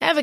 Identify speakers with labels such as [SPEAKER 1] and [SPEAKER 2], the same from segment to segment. [SPEAKER 1] Ever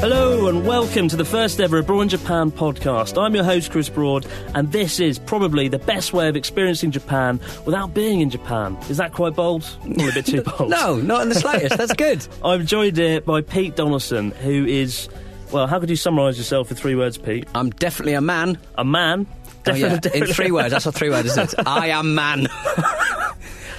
[SPEAKER 2] Hello and welcome to the first ever Abroad in Japan podcast. I'm your host Chris Broad, and this is probably the best way of experiencing Japan without being in Japan. Is that quite bold? Well, a bit too bold.
[SPEAKER 3] No, not in the slightest. That's good.
[SPEAKER 2] I'm joined here by Pete Donaldson, who is well. How could you summarise yourself with three words, Pete?
[SPEAKER 3] I'm definitely a man.
[SPEAKER 2] A man.
[SPEAKER 3] Oh, yeah.
[SPEAKER 2] Definitely.
[SPEAKER 3] In three words. That's what three words is. I am man.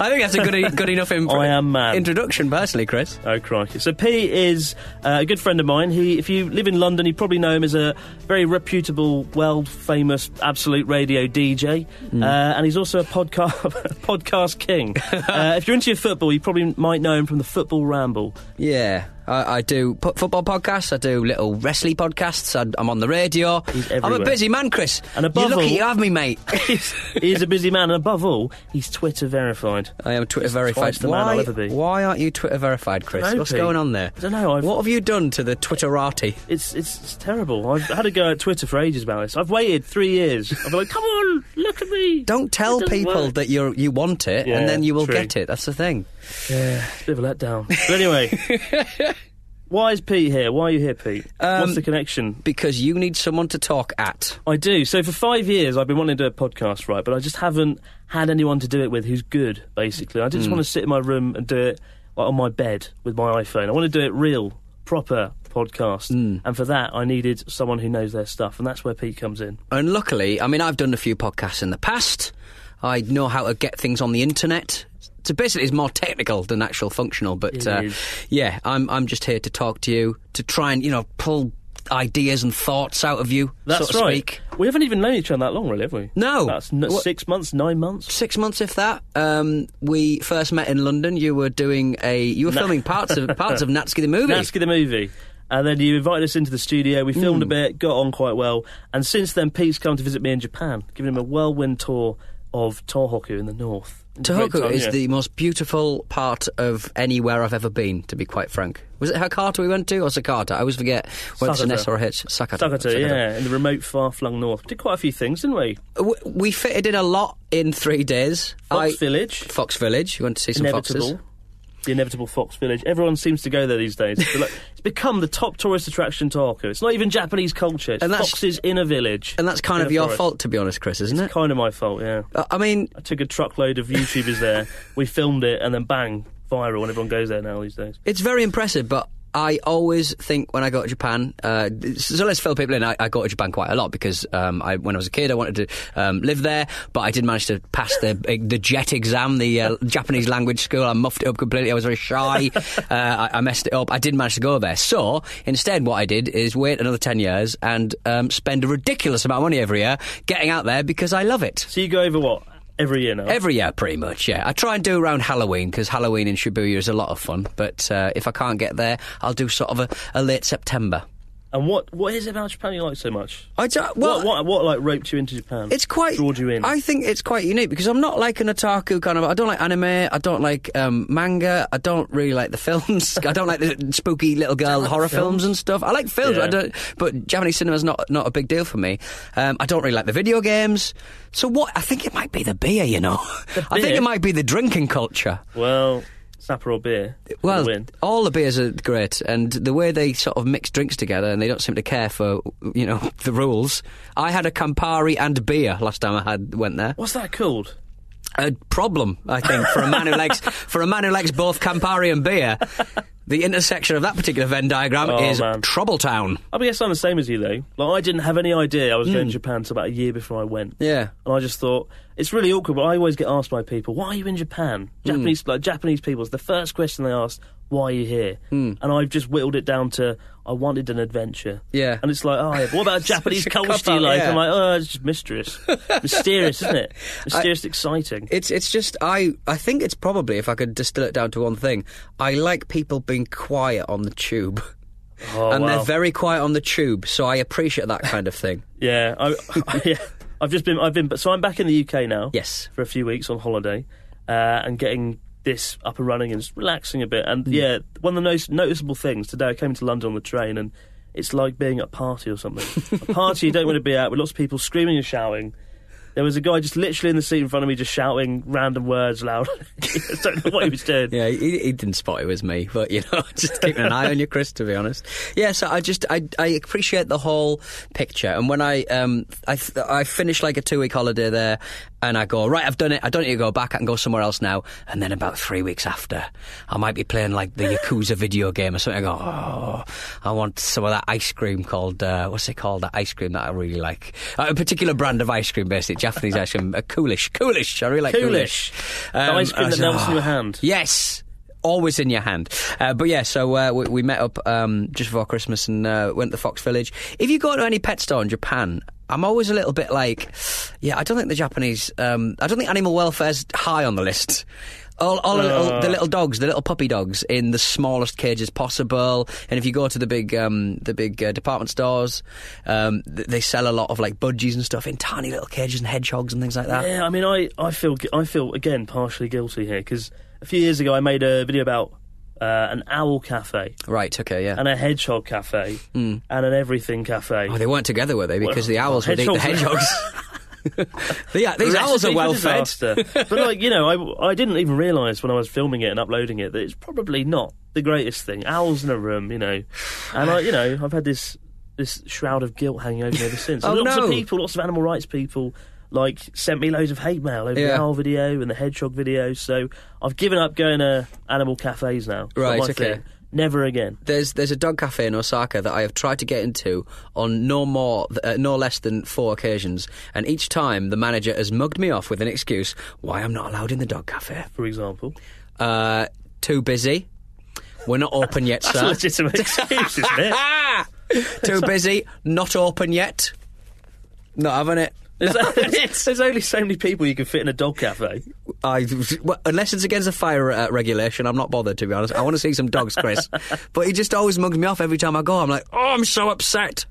[SPEAKER 3] I think that's a good, e-, good enough impro-
[SPEAKER 2] I am man.
[SPEAKER 3] introduction, personally, Chris.
[SPEAKER 2] Oh crikey! So Pete is uh, a good friend of mine. He, if you live in London, you probably know him as a very reputable, world-famous, absolute radio DJ, uh, and he's also a podcast podcast king. uh, if you're into your football, you probably might know him from the Football Ramble.
[SPEAKER 3] Yeah. I, I do put football podcasts. I do little wrestling podcasts. I, I'm on the radio. I'm
[SPEAKER 2] everywhere.
[SPEAKER 3] a busy man, Chris.
[SPEAKER 2] And above
[SPEAKER 3] You're lucky
[SPEAKER 2] all-
[SPEAKER 3] you have me, mate.
[SPEAKER 2] he is a busy man, and above all, he's Twitter verified.
[SPEAKER 3] I am Twitter verified.
[SPEAKER 2] twice the man I'll
[SPEAKER 3] why,
[SPEAKER 2] ever be.
[SPEAKER 3] why aren't you Twitter verified, Chris?
[SPEAKER 2] Don't know,
[SPEAKER 3] What's
[SPEAKER 2] Pete.
[SPEAKER 3] going on there?
[SPEAKER 2] I don't know, I've-
[SPEAKER 3] What have you done to the Twitterati?
[SPEAKER 2] It's, it's it's terrible. I've had a go at Twitter for ages about this. I've waited three years. I've been like, come on, look at me.
[SPEAKER 3] Don't tell
[SPEAKER 2] It doesn't
[SPEAKER 3] people
[SPEAKER 2] work.
[SPEAKER 3] that you you want it,
[SPEAKER 2] Yeah,
[SPEAKER 3] and then you will
[SPEAKER 2] true.
[SPEAKER 3] get it. That's the thing.
[SPEAKER 2] Yeah, it's a bit of a letdown. But anyway, why is Pete here? Why are you here, Pete?
[SPEAKER 3] Um,
[SPEAKER 2] What's the connection?
[SPEAKER 3] Because you need someone to talk at.
[SPEAKER 2] I do. So for five years, I've been wanting to do a podcast, right? But I just haven't had anyone to do it with who's good. Basically, I just
[SPEAKER 3] Hmm.
[SPEAKER 2] want to sit in my room and do it like, on my bed with my iPhone. I want to do it real, proper podcast.
[SPEAKER 3] Hmm.
[SPEAKER 2] And for that, I needed someone who knows their stuff, and that's where Pete comes in.
[SPEAKER 3] And luckily, I mean, I've done a few podcasts in the past. I know how to get things on the internet. So basically, it's more technical than actual functional. But
[SPEAKER 2] It
[SPEAKER 3] uh,
[SPEAKER 2] is.
[SPEAKER 3] yeah, I'm I'm just here to talk to you to try and you know pull ideas and thoughts out of you.
[SPEAKER 2] That's
[SPEAKER 3] so to
[SPEAKER 2] right.
[SPEAKER 3] Speak.
[SPEAKER 2] We haven't even known each other that long, really, have we?
[SPEAKER 3] No.
[SPEAKER 2] That's n-
[SPEAKER 3] What-
[SPEAKER 2] six months, nine months.
[SPEAKER 3] Six months, if that. Um, we first met in London. You were doing a you were filming parts of parts of Natsuki the movie.
[SPEAKER 2] Natsuki the movie. And then you invited us into the studio. We filmed a
[SPEAKER 3] Mm.
[SPEAKER 2] bit, got on quite well. And since then, Pete's come to visit me in Japan, giving him a whirlwind tour of Tohoku in the north. It's a great
[SPEAKER 3] Tohoku
[SPEAKER 2] time,
[SPEAKER 3] is
[SPEAKER 2] yeah.
[SPEAKER 3] the most beautiful part of anywhere I've ever been, to be quite frank. Was it Hakata we went to or Sakata? I always forget whether it's an
[SPEAKER 2] Sakata.
[SPEAKER 3] S or a H. Sakata.
[SPEAKER 2] Sakata,
[SPEAKER 3] Sakata.
[SPEAKER 2] yeah, in the remote, far-flung north. Did quite a few things, didn't we?
[SPEAKER 3] W- We fitted in a lot in three days.
[SPEAKER 2] Fox
[SPEAKER 3] I-
[SPEAKER 2] Village,
[SPEAKER 3] Fox Village. You went to see some
[SPEAKER 2] inevitable.
[SPEAKER 3] foxes.
[SPEAKER 2] The inevitable Fox Village. Everyone seems to go there these days. It's, like- it's become the top tourist attraction in Tohoku. It's not even Japanese culture. It's
[SPEAKER 3] And that's-
[SPEAKER 2] foxes in a village.
[SPEAKER 3] And that's kind
[SPEAKER 2] in
[SPEAKER 3] of
[SPEAKER 2] a
[SPEAKER 3] your
[SPEAKER 2] forest.
[SPEAKER 3] fault, to be honest, Chris, isn't it?
[SPEAKER 2] Kind of my fault, yeah.
[SPEAKER 3] Uh, I mean,
[SPEAKER 2] I took a truckload of YouTubers there. We filmed it, and then bang, viral, and everyone goes there now these days.
[SPEAKER 3] it's very impressive, but I always think when I go to Japan, uh, so let's fill people in. I, I go to Japan quite a lot because um, I, when I was a kid, I wanted to um, live there, but I did manage to pass the the JET exam, the uh, Japanese language school. I muffed it up completely. I was very shy. uh, I, I messed it up. I did manage to go there. So instead, what I did is wait another ten years and um, spend a ridiculous amount of money every year getting out there because I love it.
[SPEAKER 2] So you go over what every year now?
[SPEAKER 3] Every year, pretty much, yeah. I try and do around Halloween because Halloween in Shibuya is a lot of fun. But uh, if I can't get there, I'll do sort of a, a late September.
[SPEAKER 2] and what what is it about Japan you like so much?
[SPEAKER 3] I do,
[SPEAKER 2] what, what what like roped you into Japan?
[SPEAKER 3] It's quite.
[SPEAKER 2] drawed you in.
[SPEAKER 3] I think it's quite unique because I'm not like an otaku kind of. I don't like anime. I don't like um, manga. I don't really like the films. I don't like the spooky little girl horror films. and stuff. I like films.
[SPEAKER 2] Yeah.
[SPEAKER 3] I don't. But Japanese cinema's not not a big deal for me. Um, I don't really like the video games. So what? I think it might be the beer. You know, I think
[SPEAKER 2] beer?
[SPEAKER 3] it might be the drinking culture.
[SPEAKER 2] well, Sapporo beer. for the
[SPEAKER 3] Well,
[SPEAKER 2] win.
[SPEAKER 3] all the beers are great, and the way they sort of mix drinks together, and they don't seem to care for you know the rules. I had a Campari and beer last time I had went there.
[SPEAKER 2] what's that called?
[SPEAKER 3] A problem, I think, for a man who likes for a man who likes both Campari and beer. The intersection of that particular Venn diagram
[SPEAKER 2] Oh,
[SPEAKER 3] is
[SPEAKER 2] man.
[SPEAKER 3] Trouble Town.
[SPEAKER 2] I guess I'm the same as you though. Like I didn't have any idea I was
[SPEAKER 3] Hmm.
[SPEAKER 2] going to Japan until about a year before I went.
[SPEAKER 3] Yeah.
[SPEAKER 2] And I just thought it's really awkward. But I always get asked by people, "Why are you in Japan?"
[SPEAKER 3] Hmm.
[SPEAKER 2] Japanese like Japanese people's the first question they ask, "Why are you here?"
[SPEAKER 3] Hmm.
[SPEAKER 2] And I've just whittled it down to, "I wanted an adventure."
[SPEAKER 3] Yeah.
[SPEAKER 2] And it's like, "Oh, yeah, but what about Japanese
[SPEAKER 3] a
[SPEAKER 2] culture do you
[SPEAKER 3] cop-out,
[SPEAKER 2] like?"
[SPEAKER 3] yeah.
[SPEAKER 2] I'm like, "Oh, it's just mysterious, mysterious, isn't it? Mysterious, exciting."
[SPEAKER 3] It's it's just I I think it's probably if I could distill it down to one thing, I like people being quiet on the tube.
[SPEAKER 2] Oh,
[SPEAKER 3] and
[SPEAKER 2] wow.
[SPEAKER 3] they're very quiet on the tube, so I appreciate that kind of thing.
[SPEAKER 2] Yeah, I, I, yeah. I've just been. I've been. So I'm back in the UK now.
[SPEAKER 3] Yes.
[SPEAKER 2] for a few weeks on holiday, uh, and getting this up and running and just relaxing a bit. And yeah, one of the most noticeable things today. I came to London on the train, and it's like being at a party or something. a party you don't want to be at with lots of people screaming and shouting. There was a guy just literally in the seat in front of me, just shouting random words loud. I don't know what he was doing.
[SPEAKER 3] Yeah, he, he didn't spot it was me, but you know, just keeping an eye on you, Chris. To be honest, yeah. So I just I, I appreciate the whole picture, and when I um I th- I finish like a two week holiday there, and I go right, I've done it. I don't need to go back. I can go somewhere else now. And then about three weeks after, I might be playing like the Yakuza video game or something. I go, oh, I want some of that ice cream called uh, what's it called? That ice cream that I really like, uh, a particular brand of ice cream, basically Japanese ice cream, uh, Coolish, Coolish. I really like
[SPEAKER 2] Coolish.
[SPEAKER 3] Coolish.
[SPEAKER 2] The ice cream
[SPEAKER 3] I
[SPEAKER 2] that
[SPEAKER 3] said,
[SPEAKER 2] melts in
[SPEAKER 3] "Oh,
[SPEAKER 2] your hand."
[SPEAKER 3] Yes. Always in your hand, uh, but yeah. So uh, we, we met up um, just before Christmas and uh, went to the Fox Village. If you go to any pet store in Japan, I'm always a little bit like, yeah, I don't think the Japanese, um, I don't think animal welfare's high on the list. All, all the, little, the little dogs, the little puppy dogs, in the smallest cages possible. And if you go to the big, um, the big uh, department stores, um, th- they sell a lot of like budgies and stuff in tiny little cages and hedgehogs and things like that.
[SPEAKER 2] Yeah, I mean, I, I feel gu- I feel again partially guilty here because a few years ago I made a video about uh, an owl cafe
[SPEAKER 3] Right? Okay. Yeah.
[SPEAKER 2] and a hedgehog cafe and an everything cafe.
[SPEAKER 3] Oh, they weren't together, were they? Because the owls would eat the
[SPEAKER 2] hedgehogs-
[SPEAKER 3] hedgehogs. yeah, these owls are
[SPEAKER 2] Recipe for
[SPEAKER 3] well fed.
[SPEAKER 2] disaster. but like you know, I, I didn't even realise when I was filming it and uploading it that it's probably not the greatest thing. Owls in a room, you know, and I, you know, I've had this this shroud of guilt hanging over me ever since. And
[SPEAKER 3] Oh,
[SPEAKER 2] lots of
[SPEAKER 3] no.
[SPEAKER 2] people, lots of animal rights people. Like sent me loads of hate mail over the
[SPEAKER 3] Yeah.
[SPEAKER 2] owl video and the hedgehog video, so I've given up going to animal cafes now. It's not
[SPEAKER 3] Right,
[SPEAKER 2] my
[SPEAKER 3] okay.
[SPEAKER 2] thing. Never again.
[SPEAKER 3] There's there's a dog cafe in Osaka that I have tried to get into on no more uh, no less than four occasions, and each time the manager has mugged me off with an excuse why I'm not allowed in the dog cafe.
[SPEAKER 2] For example,
[SPEAKER 3] Uh, too busy. We're not open yet,
[SPEAKER 2] it's a
[SPEAKER 3] sir.
[SPEAKER 2] legitimate excuse, isn't it?
[SPEAKER 3] Ah! Too busy. Not open yet. Not having it.
[SPEAKER 2] there's, there's only so many people you can fit in a dog cafe.
[SPEAKER 3] I, well, unless it's against the fire uh, regulation, I'm not bothered to be honest. I want to see some dogs, Chris. but he just always mugs me off every time I go. I'm like, oh, I'm so upset.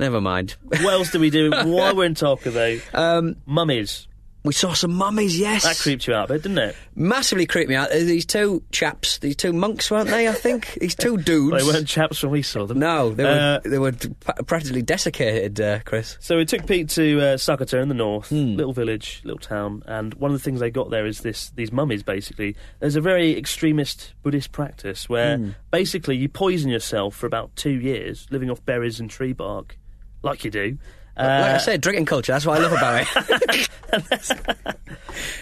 [SPEAKER 3] Never mind.
[SPEAKER 2] What else do we do while we're in Tokyo, though? Um, Mummies.
[SPEAKER 3] We saw some mummies, yes.
[SPEAKER 2] That creeped you out a bit, didn't it?
[SPEAKER 3] Massively creeped me out. Uh, These two chaps, these two monks, weren't they? I think these two dudes.
[SPEAKER 2] They weren't chaps when we saw them.
[SPEAKER 3] No, they were
[SPEAKER 2] Uh,
[SPEAKER 3] they were t- pa- practically desiccated, uh, Chris.
[SPEAKER 2] so we took Pete to uh, Sakata in the north,
[SPEAKER 3] Hmm.
[SPEAKER 2] little village, little town, and one of the things they got there is this these mummies. Basically, there's a very extremist Buddhist practice where
[SPEAKER 3] Hmm.
[SPEAKER 2] basically you poison yourself for about two years, living off berries and tree bark, like you do.
[SPEAKER 3] like I
[SPEAKER 2] Uh,
[SPEAKER 3] said, drinking culture. That's what I love about it.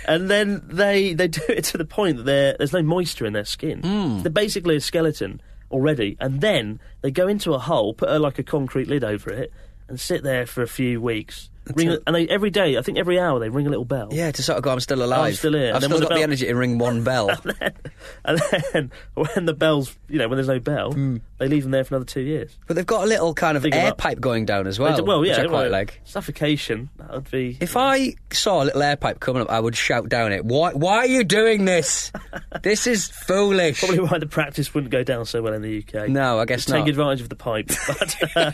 [SPEAKER 2] and then they they do it to the point that there- there's no moisture in their skin.
[SPEAKER 3] Hmm.
[SPEAKER 2] They're basically a skeleton already, and then they go into a hole, put a, like a concrete lid over it, and sit there for a few weeks. Ring, a- and they, every day, I think every hour, they ring a little bell.
[SPEAKER 3] yeah, to sort of go. I'm still alive.
[SPEAKER 2] still here. And
[SPEAKER 3] I've
[SPEAKER 2] then
[SPEAKER 3] still
[SPEAKER 2] what
[SPEAKER 3] got the
[SPEAKER 2] about-
[SPEAKER 3] energy to ring one bell.
[SPEAKER 2] And then when the bells, you know, when there's no bell,
[SPEAKER 3] Hmm.
[SPEAKER 2] they leave them there for another two years.
[SPEAKER 3] But they've got a little kind of
[SPEAKER 2] Think
[SPEAKER 3] air
[SPEAKER 2] about-
[SPEAKER 3] pipe going down as
[SPEAKER 2] They
[SPEAKER 3] well.
[SPEAKER 2] do- well, yeah,
[SPEAKER 3] which I quite
[SPEAKER 2] well,
[SPEAKER 3] like.
[SPEAKER 2] suffocation. That would be.
[SPEAKER 3] If I saw a little air pipe coming up, I would shout down it. Why? Why are you doing this? this is foolish.
[SPEAKER 2] Probably why the practice wouldn't go down so well in the UK.
[SPEAKER 3] No, I guess
[SPEAKER 2] Just Take
[SPEAKER 3] not.
[SPEAKER 2] advantage of the pipe. But, uh,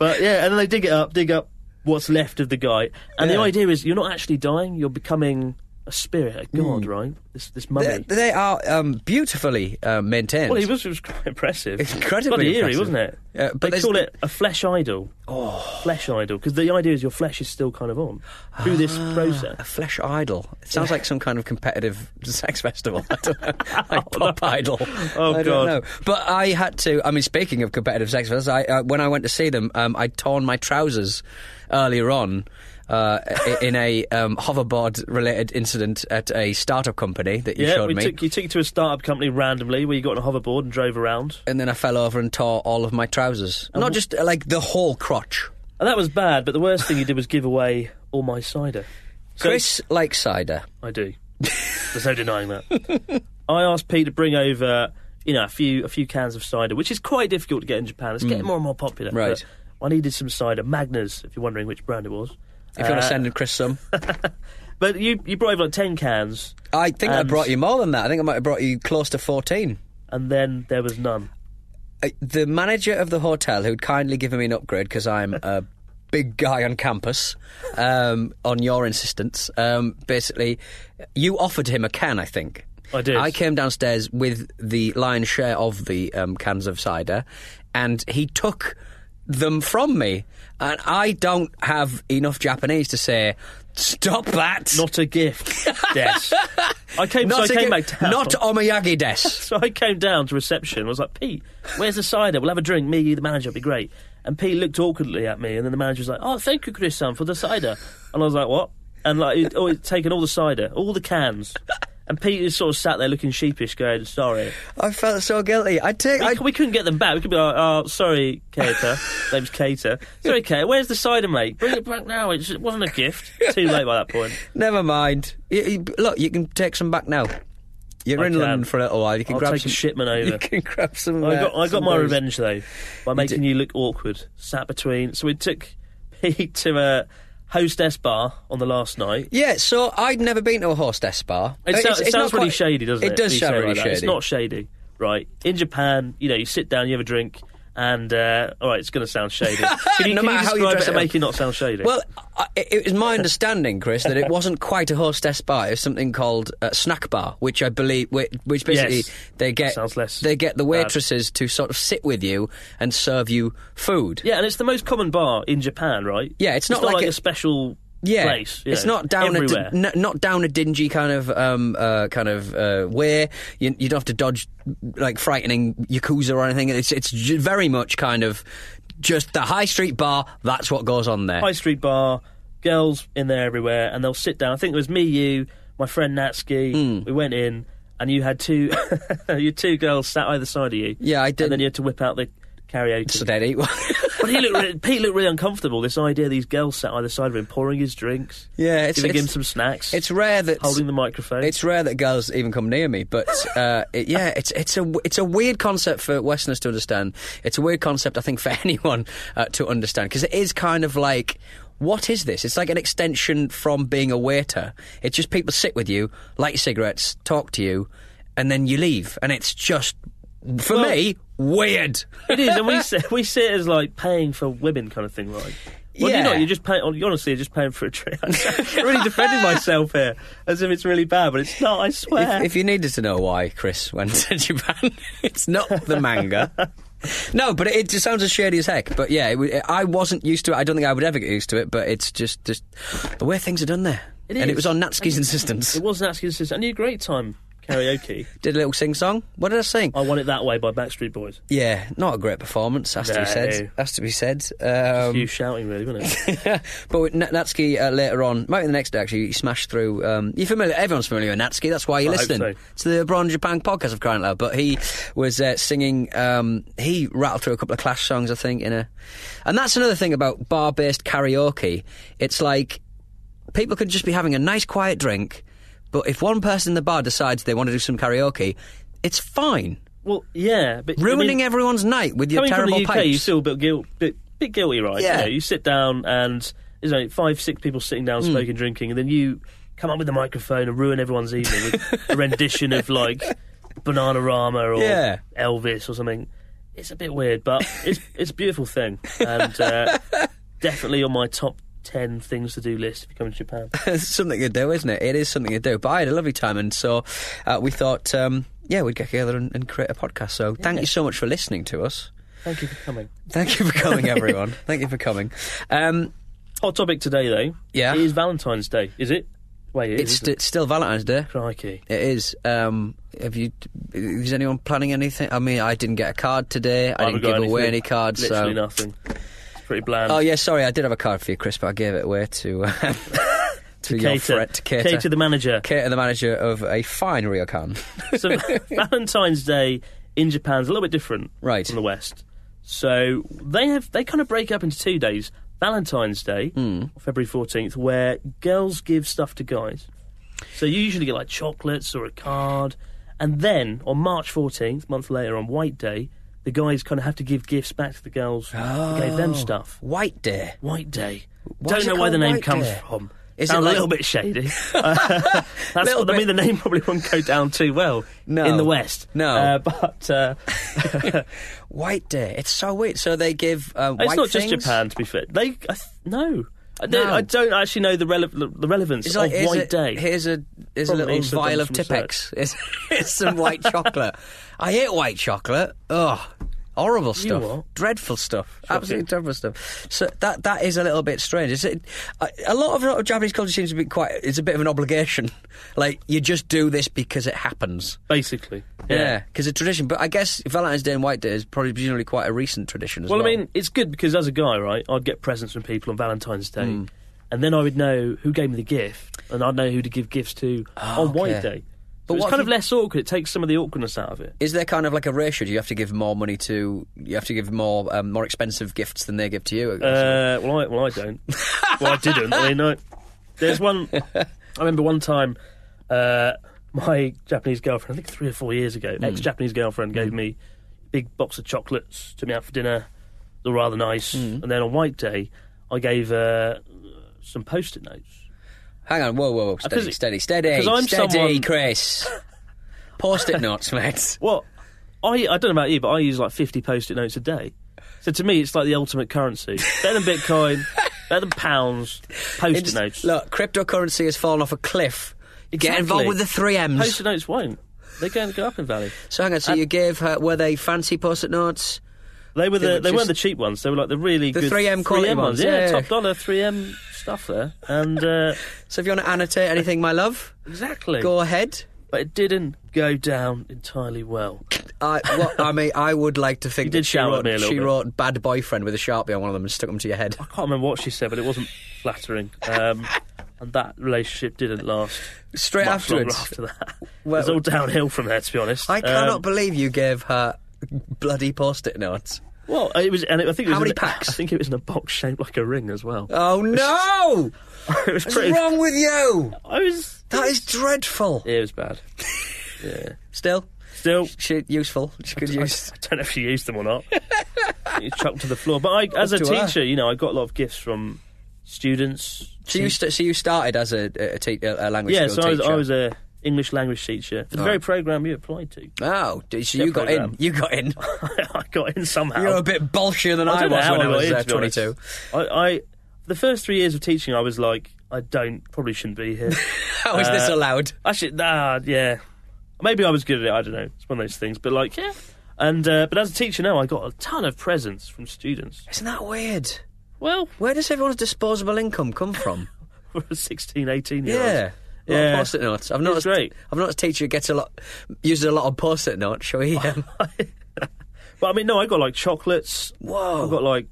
[SPEAKER 2] but, yeah, and then they dig it up, dig up what's left of the guy. And the
[SPEAKER 3] Yeah.
[SPEAKER 2] idea is you're not actually dying, you're becoming a spirit, a
[SPEAKER 3] Hmm.
[SPEAKER 2] god, right? This this mummy.
[SPEAKER 3] They, they are um, beautifully uh, maintained.
[SPEAKER 2] well, he was, it was quite impressive.
[SPEAKER 3] It's incredibly
[SPEAKER 2] bloody eerie,
[SPEAKER 3] impressive.
[SPEAKER 2] wasn't it?
[SPEAKER 3] Yeah, but
[SPEAKER 2] they
[SPEAKER 3] there's-
[SPEAKER 2] call it a flesh idol. Oh, flesh idol, because the idea is your flesh is still kind of on through this
[SPEAKER 3] Ah,
[SPEAKER 2] process.
[SPEAKER 3] A flesh idol. It sounds like some kind of competitive sex festival. I don't know. like pop idol.
[SPEAKER 2] Oh,
[SPEAKER 3] I
[SPEAKER 2] God.
[SPEAKER 3] don't know. But I had to. I mean, speaking of competitive sex festivals, I, uh, when I went to see them, um, I'd torn my trousers earlier on. Uh, i- in a um, hoverboard related incident at a startup company that you
[SPEAKER 2] Yeah,
[SPEAKER 3] showed
[SPEAKER 2] we
[SPEAKER 3] me.
[SPEAKER 2] took you took you to a startup company randomly where you got on a hoverboard and drove around,
[SPEAKER 3] and then I fell over and tore all of my trousers. Not just uh, like the whole crotch.
[SPEAKER 2] and that was bad. But the worst thing you did was give away all my cider. So-
[SPEAKER 3] Chris likes cider.
[SPEAKER 2] I do. There's no denying that. I asked Pete to bring over, you know, a few a few cans of cider, which is quite difficult to get in Japan. It's getting more and more popular.
[SPEAKER 3] Mm. Right.
[SPEAKER 2] but I needed some cider, Magners, if you're wondering which brand it was.
[SPEAKER 3] If you want
[SPEAKER 2] Uh,
[SPEAKER 3] to send Chris some,
[SPEAKER 2] But you you brought over like ten cans,
[SPEAKER 3] I think I
[SPEAKER 2] and-
[SPEAKER 3] brought you more than that. I think I might have brought you close to fourteen.
[SPEAKER 2] and then there was none.
[SPEAKER 3] Uh, the manager of the hotel who'd kindly given me an upgrade because I'm a big guy on campus, um, on your insistence, um, basically, you offered him a can, I think.
[SPEAKER 2] I did.
[SPEAKER 3] I came downstairs with the lion's share of the um, cans of cider, and he took them from me. And I don't have enough Japanese to say, stop that!
[SPEAKER 2] Not a gift. Yes. I came.
[SPEAKER 3] Not
[SPEAKER 2] so I came
[SPEAKER 3] again-
[SPEAKER 2] back down.
[SPEAKER 3] not omiyagi des.
[SPEAKER 2] So I came down to reception. I was like, Pete, where's the cider? We'll have a drink. Me, you, the manager, it'd be great. And Pete looked awkwardly at me, and then the manager was like, Oh, thank you, Chris, son, for the cider. And I was like, What? And like, he'd, oh, he'd taken all the cider, all the cans. And Pete just sort of sat there looking sheepish, going, Sorry.
[SPEAKER 3] I felt so guilty. I take.
[SPEAKER 2] We,
[SPEAKER 3] I,
[SPEAKER 2] c- we couldn't get them back. We could be like, Oh, sorry, Cater. Name's Cater. Sorry, Cater, where's the cider, mate? Bring it back now. It just- it wasn't a gift. Too late by that point.
[SPEAKER 3] Never mind. You, you- look, you can take some back now. You're
[SPEAKER 2] I
[SPEAKER 3] in
[SPEAKER 2] can.
[SPEAKER 3] London for a little while. You can
[SPEAKER 2] I'll
[SPEAKER 3] grab
[SPEAKER 2] take a
[SPEAKER 3] some
[SPEAKER 2] shipment over.
[SPEAKER 3] You can grab some.
[SPEAKER 2] I
[SPEAKER 3] uh,
[SPEAKER 2] got, I got
[SPEAKER 3] some
[SPEAKER 2] my
[SPEAKER 3] booze.
[SPEAKER 2] revenge though by making
[SPEAKER 3] did.
[SPEAKER 2] you look awkward, sat between. So we took Pete to a hostess bar on the last night.
[SPEAKER 3] Yeah, so I'd never been to a hostess bar.
[SPEAKER 2] It, sou- it
[SPEAKER 3] it's not
[SPEAKER 2] sounds really
[SPEAKER 3] quite-
[SPEAKER 2] shady, doesn't it?
[SPEAKER 3] It
[SPEAKER 2] when
[SPEAKER 3] does
[SPEAKER 2] you
[SPEAKER 3] sound
[SPEAKER 2] say it
[SPEAKER 3] really
[SPEAKER 2] like that?
[SPEAKER 3] shady.
[SPEAKER 2] It's not shady, right? In Japan, you know, you sit down, you have a drink, and uh, all right, it's going to sound shady. Can you,
[SPEAKER 3] No
[SPEAKER 2] can you
[SPEAKER 3] matter how you
[SPEAKER 2] describe
[SPEAKER 3] dress
[SPEAKER 2] it and
[SPEAKER 3] it up.
[SPEAKER 2] make it not sound shady?
[SPEAKER 3] Well, I, it it was my understanding, Chris, that it wasn't quite a hostess bar. It was something called uh, snack bar, which I believe, which, which basically
[SPEAKER 2] Yes.
[SPEAKER 3] they get
[SPEAKER 2] Sounds less
[SPEAKER 3] they get the
[SPEAKER 2] bad.
[SPEAKER 3] waitresses to sort of sit with you and serve you food.
[SPEAKER 2] yeah, and it's the most common bar in Japan, right?
[SPEAKER 3] Yeah, it's not
[SPEAKER 2] like,
[SPEAKER 3] like
[SPEAKER 2] a,
[SPEAKER 3] it-
[SPEAKER 2] special
[SPEAKER 3] yeah,
[SPEAKER 2] place. you
[SPEAKER 3] it's
[SPEAKER 2] know,
[SPEAKER 3] not down
[SPEAKER 2] everywhere.
[SPEAKER 3] a di- n- not down a dingy kind of um uh, kind of uh, way. You, you don't have to dodge like frightening yakuza or anything. It's it's j- very much kind of just the high street bar. That's what goes on there.
[SPEAKER 2] high street bar, girls in there everywhere, and they'll sit down. I think it was me, you, my friend Natsuki.
[SPEAKER 3] Hmm.
[SPEAKER 2] We went in, and you had two, you had two girls sat either side of you.
[SPEAKER 3] Yeah, I
[SPEAKER 2] And
[SPEAKER 3] didn't-
[SPEAKER 2] then you had to whip out the karaoke.
[SPEAKER 3] So then he-
[SPEAKER 2] but he looked, really, Pete looked really uncomfortable. This idea, these girls sat either side of him, pouring his drinks,
[SPEAKER 3] yeah, it's,
[SPEAKER 2] giving
[SPEAKER 3] it's-
[SPEAKER 2] him some snacks,
[SPEAKER 3] it's rare that
[SPEAKER 2] holding the microphone.
[SPEAKER 3] It's rare that girls even come near me, but uh, it, yeah, it's it's a it's a weird concept for Westerners to understand. It's a weird concept, I think, for anyone uh, to understand because it is kind of like. What is this? It's like an extension from being a waiter. It's just people sit with you, light cigarettes, talk to you, and then you leave. And it's just, for
[SPEAKER 2] Well-
[SPEAKER 3] me, weird.
[SPEAKER 2] it is, and we see, we see it as like paying for women kind of thing, right? Well,
[SPEAKER 3] Yeah.
[SPEAKER 2] you're not. You're just paying. Honestly, you're just paying for a drink. I really defended myself here, as if it's really bad, but it's not. I swear.
[SPEAKER 3] If, if you needed to know why Chris went to Japan, it's not the manga. no, but it, just sounds as shady as heck. But yeah, it, wa- I wasn't used to it. I don't think I would ever get used to it. But it's just just the way things are done there.
[SPEAKER 2] It
[SPEAKER 3] and
[SPEAKER 2] is.
[SPEAKER 3] it was on Natsuki's insistence.
[SPEAKER 2] It was Natsuki and Sister. I knew a great time karaoke.
[SPEAKER 3] Did a little sing song. What did I sing?
[SPEAKER 2] I won it that way by Backstreet Boys.
[SPEAKER 3] Yeah, not a great performance. Has to
[SPEAKER 2] No.
[SPEAKER 3] be said. Has to be said.
[SPEAKER 2] you
[SPEAKER 3] Um,
[SPEAKER 2] shouting really, wasn't it?
[SPEAKER 3] but with Na- Natsuki uh, later on, might be the next day actually, he smashed through. Um, you're familiar, everyone's familiar with Natsuki. That's why you're
[SPEAKER 2] I hope
[SPEAKER 3] listening to the Braun Japan podcast of crying out loud. But he was uh, singing. Um, he rattled through a couple of Clash songs, I think. In a, and that's another thing about bar-based karaoke. It's like people can just be having a nice, quiet drink, but if one person in the bar decides they want to do some karaoke, it's fine.
[SPEAKER 2] well, yeah, but I mean,
[SPEAKER 3] Ruining everyone's night with your
[SPEAKER 2] coming from
[SPEAKER 3] terrible
[SPEAKER 2] the UK,
[SPEAKER 3] pipes.
[SPEAKER 2] you feel a bit, guil- bit, bit guilty, right?
[SPEAKER 3] Yeah.
[SPEAKER 2] You, know, you sit down and there's only five, six people sitting
[SPEAKER 3] Hmm.
[SPEAKER 2] down smoking, drinking, and then you come up with the microphone and ruin everyone's evening with a rendition of like Banana Rama or
[SPEAKER 3] Yeah.
[SPEAKER 2] Elvis or something. It's a bit weird, but it's it's a beautiful thing, and uh, definitely on my top ten things to do list if you come to Japan.
[SPEAKER 3] it's something to do, isn't it? It is something to do. But I had a lovely time, and so uh, we thought, um, yeah, we'd get together and, and create a podcast. So thank you so much for listening to us.
[SPEAKER 2] Thank you for coming.
[SPEAKER 3] Thank you for coming, everyone. thank you for coming. Um,
[SPEAKER 2] Hot topic today though.
[SPEAKER 3] Yeah.
[SPEAKER 2] It is Valentine's Day, is it? Wait, it is,
[SPEAKER 3] it's
[SPEAKER 2] isn't it?
[SPEAKER 3] st- still Valentine's Day.
[SPEAKER 2] crikey.
[SPEAKER 3] It is. Um, have you? Is anyone planning anything? I mean, I didn't get a card today. I,
[SPEAKER 2] haven't
[SPEAKER 3] didn't
[SPEAKER 2] got
[SPEAKER 3] give away
[SPEAKER 2] anything.
[SPEAKER 3] any cards. so.
[SPEAKER 2] Literally nothing. It's pretty bland.
[SPEAKER 3] Oh yeah, sorry, I did have a card for you, Chris, but I gave it away to um, to, your
[SPEAKER 2] Cater.
[SPEAKER 3] friend, to Cater.
[SPEAKER 2] Cater the manager.
[SPEAKER 3] Cater, the manager of a fine ryokan.
[SPEAKER 2] so Valentine's Day in Japan's a little bit different
[SPEAKER 3] Right.
[SPEAKER 2] from the West. So they have they kind of break up into two days. Valentine's Day, February fourteenth, where girls give stuff to guys. So you usually get like chocolates or a card, and then on March fourteenth, month later, on White Day, the guys kind of have to give gifts back to the girls who gave
[SPEAKER 3] Oh.
[SPEAKER 2] them stuff.
[SPEAKER 3] White Day.
[SPEAKER 2] White Day.
[SPEAKER 3] Why is
[SPEAKER 2] Don't know
[SPEAKER 3] it
[SPEAKER 2] where the
[SPEAKER 3] called
[SPEAKER 2] name
[SPEAKER 3] White
[SPEAKER 2] comes
[SPEAKER 3] Day?
[SPEAKER 2] from.
[SPEAKER 3] Is it
[SPEAKER 2] Sounds a
[SPEAKER 3] like-
[SPEAKER 2] little bit shady. That's
[SPEAKER 3] Little
[SPEAKER 2] what, I mean, the
[SPEAKER 3] bit.
[SPEAKER 2] name probably won't go down too well
[SPEAKER 3] No.
[SPEAKER 2] in the West.
[SPEAKER 3] No.
[SPEAKER 2] Uh, but uh,
[SPEAKER 3] White Day. It's so weird. So they give uh, white
[SPEAKER 2] it's not
[SPEAKER 3] things?
[SPEAKER 2] just Japan, to be fair. They, I th- no. I don't,
[SPEAKER 3] No.
[SPEAKER 2] I don't actually know the, rele- the relevance
[SPEAKER 3] It's like
[SPEAKER 2] of
[SPEAKER 3] here's
[SPEAKER 2] White
[SPEAKER 3] a,
[SPEAKER 2] Day.
[SPEAKER 3] Here's a here's a
[SPEAKER 2] Probably
[SPEAKER 3] little
[SPEAKER 2] should have
[SPEAKER 3] vial
[SPEAKER 2] done
[SPEAKER 3] of
[SPEAKER 2] some
[SPEAKER 3] Tippex. It's, it's some white chocolate. I hate white chocolate. Ugh. Horrible stuff,
[SPEAKER 2] what?
[SPEAKER 3] dreadful stuff, absolutely dreadful stuff. So that that is a little bit strange. Is it, a, a lot of a lot of Japanese culture seems to be quite. It's a bit of an obligation, like you just do this because it happens.
[SPEAKER 2] basically.
[SPEAKER 3] Yeah, because it's tradition. But I guess Valentine's Day and White Day is probably presumably quite a recent tradition as well.
[SPEAKER 2] Well, I mean, it's good because as a guy, right, I'd get presents from people on Valentine's Day,
[SPEAKER 3] Hmm.
[SPEAKER 2] and then I would know who gave me the gift, and I'd know who to give gifts to on
[SPEAKER 3] Ah, okay.
[SPEAKER 2] White Day.
[SPEAKER 3] But
[SPEAKER 2] But it's
[SPEAKER 3] what
[SPEAKER 2] kind
[SPEAKER 3] if
[SPEAKER 2] of
[SPEAKER 3] you-
[SPEAKER 2] less awkward. It takes some of the awkwardness out of it.
[SPEAKER 3] Is there kind of like a ratio? Do you have to give more money to? You have to give more um, more expensive gifts than they give to you. I guess?
[SPEAKER 2] Uh, well, I well I don't. well, I didn't. I mean, I, there's one. I remember one time, uh, my Japanese girlfriend, I think three or four years ago,
[SPEAKER 3] Hmm.
[SPEAKER 2] ex-Japanese girlfriend gave me a big box of chocolates to me out for dinner. They were rather nice.
[SPEAKER 3] Hmm.
[SPEAKER 2] And then on White Day, I gave her some post-it notes.
[SPEAKER 3] Hang on, whoa, whoa, whoa, steady,
[SPEAKER 2] 'cause it-
[SPEAKER 3] steady, steady,
[SPEAKER 2] 'cause I'm
[SPEAKER 3] steady,
[SPEAKER 2] someone-
[SPEAKER 3] Chris. Post-it notes, mate.
[SPEAKER 2] Well, I I don't know about you, but I use like 50 post-it notes a day. So to me, it's like the ultimate currency. better than Bitcoin, better than pounds, post-it
[SPEAKER 3] It's-
[SPEAKER 2] notes.
[SPEAKER 3] Look, cryptocurrency has fallen off a cliff. Get
[SPEAKER 2] Exactly.
[SPEAKER 3] involved with the three M's.
[SPEAKER 2] Post-it notes won't. They're going to go up in value.
[SPEAKER 3] so hang on,
[SPEAKER 2] uh,
[SPEAKER 3] so you gave her were they fancy post-it notes?
[SPEAKER 2] They were
[SPEAKER 3] They
[SPEAKER 2] the
[SPEAKER 3] were
[SPEAKER 2] they weren't
[SPEAKER 3] just-
[SPEAKER 2] the cheap ones. They were like the really
[SPEAKER 3] The
[SPEAKER 2] good
[SPEAKER 3] 3M quality ones,
[SPEAKER 2] Yeah,
[SPEAKER 3] yeah.
[SPEAKER 2] top dollar 3M stuff there, and uh,
[SPEAKER 3] So if you want to annotate anything, my love,
[SPEAKER 2] exactly.
[SPEAKER 3] go ahead.
[SPEAKER 2] But it didn't go down entirely well.
[SPEAKER 3] I, well, I mean, I would like to think
[SPEAKER 2] did
[SPEAKER 3] that she
[SPEAKER 2] shout at
[SPEAKER 3] wrote,
[SPEAKER 2] me a little
[SPEAKER 3] she
[SPEAKER 2] bit.
[SPEAKER 3] wrote "bad boyfriend" with a sharpie on one of them and stuck them to your head.
[SPEAKER 2] I can't remember what she said, but it wasn't flattering. Um, and that relationship didn't last.
[SPEAKER 3] Straight
[SPEAKER 2] much longer
[SPEAKER 3] afterwards,
[SPEAKER 2] after that,
[SPEAKER 3] Well-
[SPEAKER 2] it's all downhill from there. To be honest,
[SPEAKER 3] I cannot
[SPEAKER 2] Um,
[SPEAKER 3] believe you gave her bloody post-it notes.
[SPEAKER 2] well, it was, and it, I think it was
[SPEAKER 3] How
[SPEAKER 2] in
[SPEAKER 3] many
[SPEAKER 2] a-
[SPEAKER 3] packs?
[SPEAKER 2] I think it was in a box shaped like a ring as well.
[SPEAKER 3] Oh no!
[SPEAKER 2] it was
[SPEAKER 3] What's
[SPEAKER 2] pretty.
[SPEAKER 3] wrong with you?
[SPEAKER 2] I was.
[SPEAKER 3] That is dreadful.
[SPEAKER 2] Yeah, it was bad. yeah.
[SPEAKER 3] Still,
[SPEAKER 2] Still,
[SPEAKER 3] shit, useful. She could use.
[SPEAKER 2] I don't know if she used them or not. you chucked to the floor. But I, as a
[SPEAKER 3] Up to her.
[SPEAKER 2] teacher, you know, I got a lot of gifts from students.
[SPEAKER 3] So you, st- so you started as a, a, te- a language
[SPEAKER 2] yeah, so
[SPEAKER 3] school
[SPEAKER 2] I was,
[SPEAKER 3] teacher.
[SPEAKER 2] I was a English language teacher for the very program you applied to.
[SPEAKER 3] Oh, d- so you
[SPEAKER 2] Yeah,
[SPEAKER 3] got
[SPEAKER 2] programme.
[SPEAKER 3] in. You got in.
[SPEAKER 2] I got in somehow.
[SPEAKER 3] You're a bit bolshier than
[SPEAKER 2] I
[SPEAKER 3] I,
[SPEAKER 2] don't know
[SPEAKER 3] was
[SPEAKER 2] how
[SPEAKER 3] when I
[SPEAKER 2] I got
[SPEAKER 3] was
[SPEAKER 2] in,
[SPEAKER 3] uh,
[SPEAKER 2] to be honest.
[SPEAKER 3] 22.
[SPEAKER 2] I, I, the first three years of teaching, I was like, I don't probably shouldn't be here.
[SPEAKER 3] How is this
[SPEAKER 2] Uh,
[SPEAKER 3] allowed?
[SPEAKER 2] Actually, nah, yeah. Maybe I was good at it. I don't know. It's one of those things. But like, yeah. And uh, but as a teacher now, I got a ton of presents from students.
[SPEAKER 3] Isn't that weird?
[SPEAKER 2] Well,
[SPEAKER 3] Where does everyone's disposable income come from?
[SPEAKER 2] for a 16, 18 year old.
[SPEAKER 3] yeah. A lot of
[SPEAKER 2] Yeah.
[SPEAKER 3] post-it notes. I've noticed.
[SPEAKER 2] great.
[SPEAKER 3] I've noticed. Teacher gets a lot, uses a lot of post-it notes. Shall we? Um,
[SPEAKER 2] But I mean, no, I got like chocolates.
[SPEAKER 3] Whoa.
[SPEAKER 2] I got like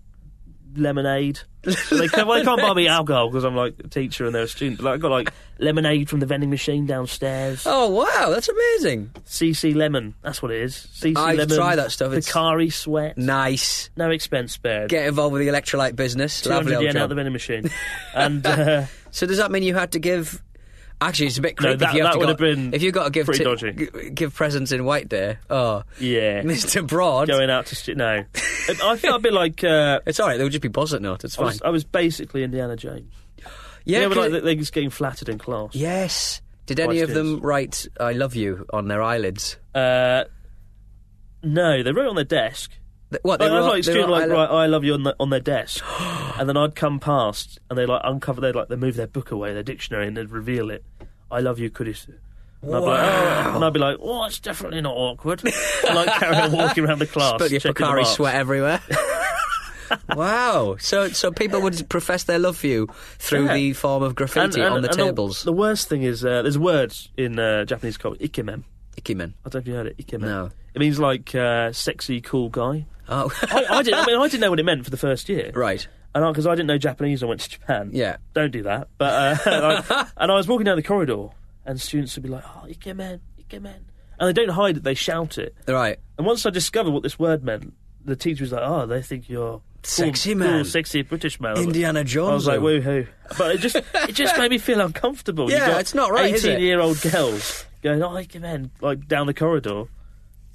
[SPEAKER 2] lemonade. So they, can't, well, they can't buy me alcohol because I'm like a teacher and they're a student. But like, I got like lemonade from the vending machine downstairs.
[SPEAKER 3] oh wow, that's amazing.
[SPEAKER 2] CC lemon, that's what it is. CC
[SPEAKER 3] I've
[SPEAKER 2] lemon.
[SPEAKER 3] tried that stuff, it's-
[SPEAKER 2] Picari sweat.
[SPEAKER 3] Nice.
[SPEAKER 2] No expense spared.
[SPEAKER 3] Get involved with the electrolyte business.
[SPEAKER 2] 200
[SPEAKER 3] Lovely old
[SPEAKER 2] yen out
[SPEAKER 3] job.
[SPEAKER 2] the vending machine. and uh,
[SPEAKER 3] So does that mean you had to give? Actually, it's a bit
[SPEAKER 2] No,
[SPEAKER 3] creepy. if
[SPEAKER 2] that-
[SPEAKER 3] you
[SPEAKER 2] that
[SPEAKER 3] have to
[SPEAKER 2] would've
[SPEAKER 3] go,
[SPEAKER 2] been
[SPEAKER 3] if you got to give
[SPEAKER 2] pretty
[SPEAKER 3] ti-
[SPEAKER 2] dodgy.
[SPEAKER 3] g- give presents in white there. Oh,
[SPEAKER 2] yeah,
[SPEAKER 3] Mr. Broad.
[SPEAKER 2] going out to stu- no. I- I felt a bit like uh,
[SPEAKER 3] It's all right. There would just be post-it notes. It's
[SPEAKER 2] I,
[SPEAKER 3] fine.
[SPEAKER 2] was, I was basically Indiana Jones.
[SPEAKER 3] yeah.
[SPEAKER 2] uh, but
[SPEAKER 3] 'cause
[SPEAKER 2] like they- they're just getting flattered in class.
[SPEAKER 3] yes. Did any
[SPEAKER 2] Vice
[SPEAKER 3] of them write "I love you" on their eyelids?
[SPEAKER 2] Uh, no, they wrote on their desk.
[SPEAKER 3] Th- What?
[SPEAKER 2] Like,
[SPEAKER 3] were
[SPEAKER 2] I'd
[SPEAKER 3] all-
[SPEAKER 2] like
[SPEAKER 3] they were
[SPEAKER 2] stream
[SPEAKER 3] all-
[SPEAKER 2] like
[SPEAKER 3] I lo-
[SPEAKER 2] right, I love you on, the, on their desk, and then I'd come past and they like uncover they like they move their book away, their dictionary, and they'd reveal it. I love you, Kurisu. And I'd, be like, oh, and I'd be like, "Oh, it's definitely not awkward." And I'd carry on walking around the class,
[SPEAKER 3] Spilt your
[SPEAKER 2] checking the
[SPEAKER 3] Pocari
[SPEAKER 2] marks.
[SPEAKER 3] sweat everywhere. wow. So so people would profess their love for you through
[SPEAKER 2] Yeah.
[SPEAKER 3] the form of graffiti on the
[SPEAKER 2] and
[SPEAKER 3] tables.
[SPEAKER 2] The, worst thing is uh, there's words in uh, Japanese called ikemen.
[SPEAKER 3] Ikimen.
[SPEAKER 2] I don't know if you heard it. Ikemen.
[SPEAKER 3] No.
[SPEAKER 2] It means like uh, sexy, cool guy.
[SPEAKER 3] Oh,
[SPEAKER 2] I, I didn't. I mean, I didn't know what it meant for the first year.
[SPEAKER 3] right.
[SPEAKER 2] and because I, didn't know Japanese, I went to Japan.
[SPEAKER 3] Yeah.
[SPEAKER 2] don't do that. But uh, I- and I was walking down the corridor, and students would be like, "Oh, ikemen, ikemen," and they don't hide it; they shout it.
[SPEAKER 3] Right.
[SPEAKER 2] And once I discovered what this word meant, the teacher was like, "Oh, they think you're."
[SPEAKER 3] Sexy
[SPEAKER 2] cool,
[SPEAKER 3] man.
[SPEAKER 2] cool, sexy British man.
[SPEAKER 3] Indiana Jones.
[SPEAKER 2] I was like, woohoo! But it just it just made me feel uncomfortable. You
[SPEAKER 3] Yeah,
[SPEAKER 2] got
[SPEAKER 3] it's not right, is it?
[SPEAKER 2] Eighteen-year-old girls going, "Oh, ikemen," like down the corridor.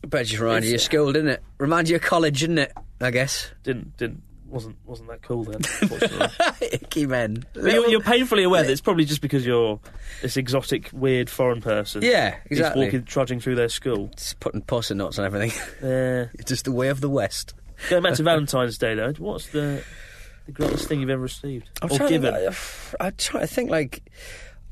[SPEAKER 3] But it just reminded you of
[SPEAKER 2] It's-
[SPEAKER 3] school, didn't it? Reminded you of college, didn't it? I guess.
[SPEAKER 2] Didn't didn't wasn't wasn't that cool then? Unfortunately.
[SPEAKER 3] Icky men.
[SPEAKER 2] But you're,
[SPEAKER 3] Little-
[SPEAKER 2] you're painfully aware that it's probably just because you're this exotic, weird foreign person.
[SPEAKER 3] Yeah,
[SPEAKER 2] who's
[SPEAKER 3] exactly.
[SPEAKER 2] walking, trudging through their school.
[SPEAKER 3] It's putting poster notes on everything.
[SPEAKER 2] Uh,
[SPEAKER 3] it's just the way of the West.
[SPEAKER 2] going back to Valentine's Day, though, what's the the greatest thing you've ever received or
[SPEAKER 3] trying
[SPEAKER 2] given?
[SPEAKER 3] To, I'm trying to think, like,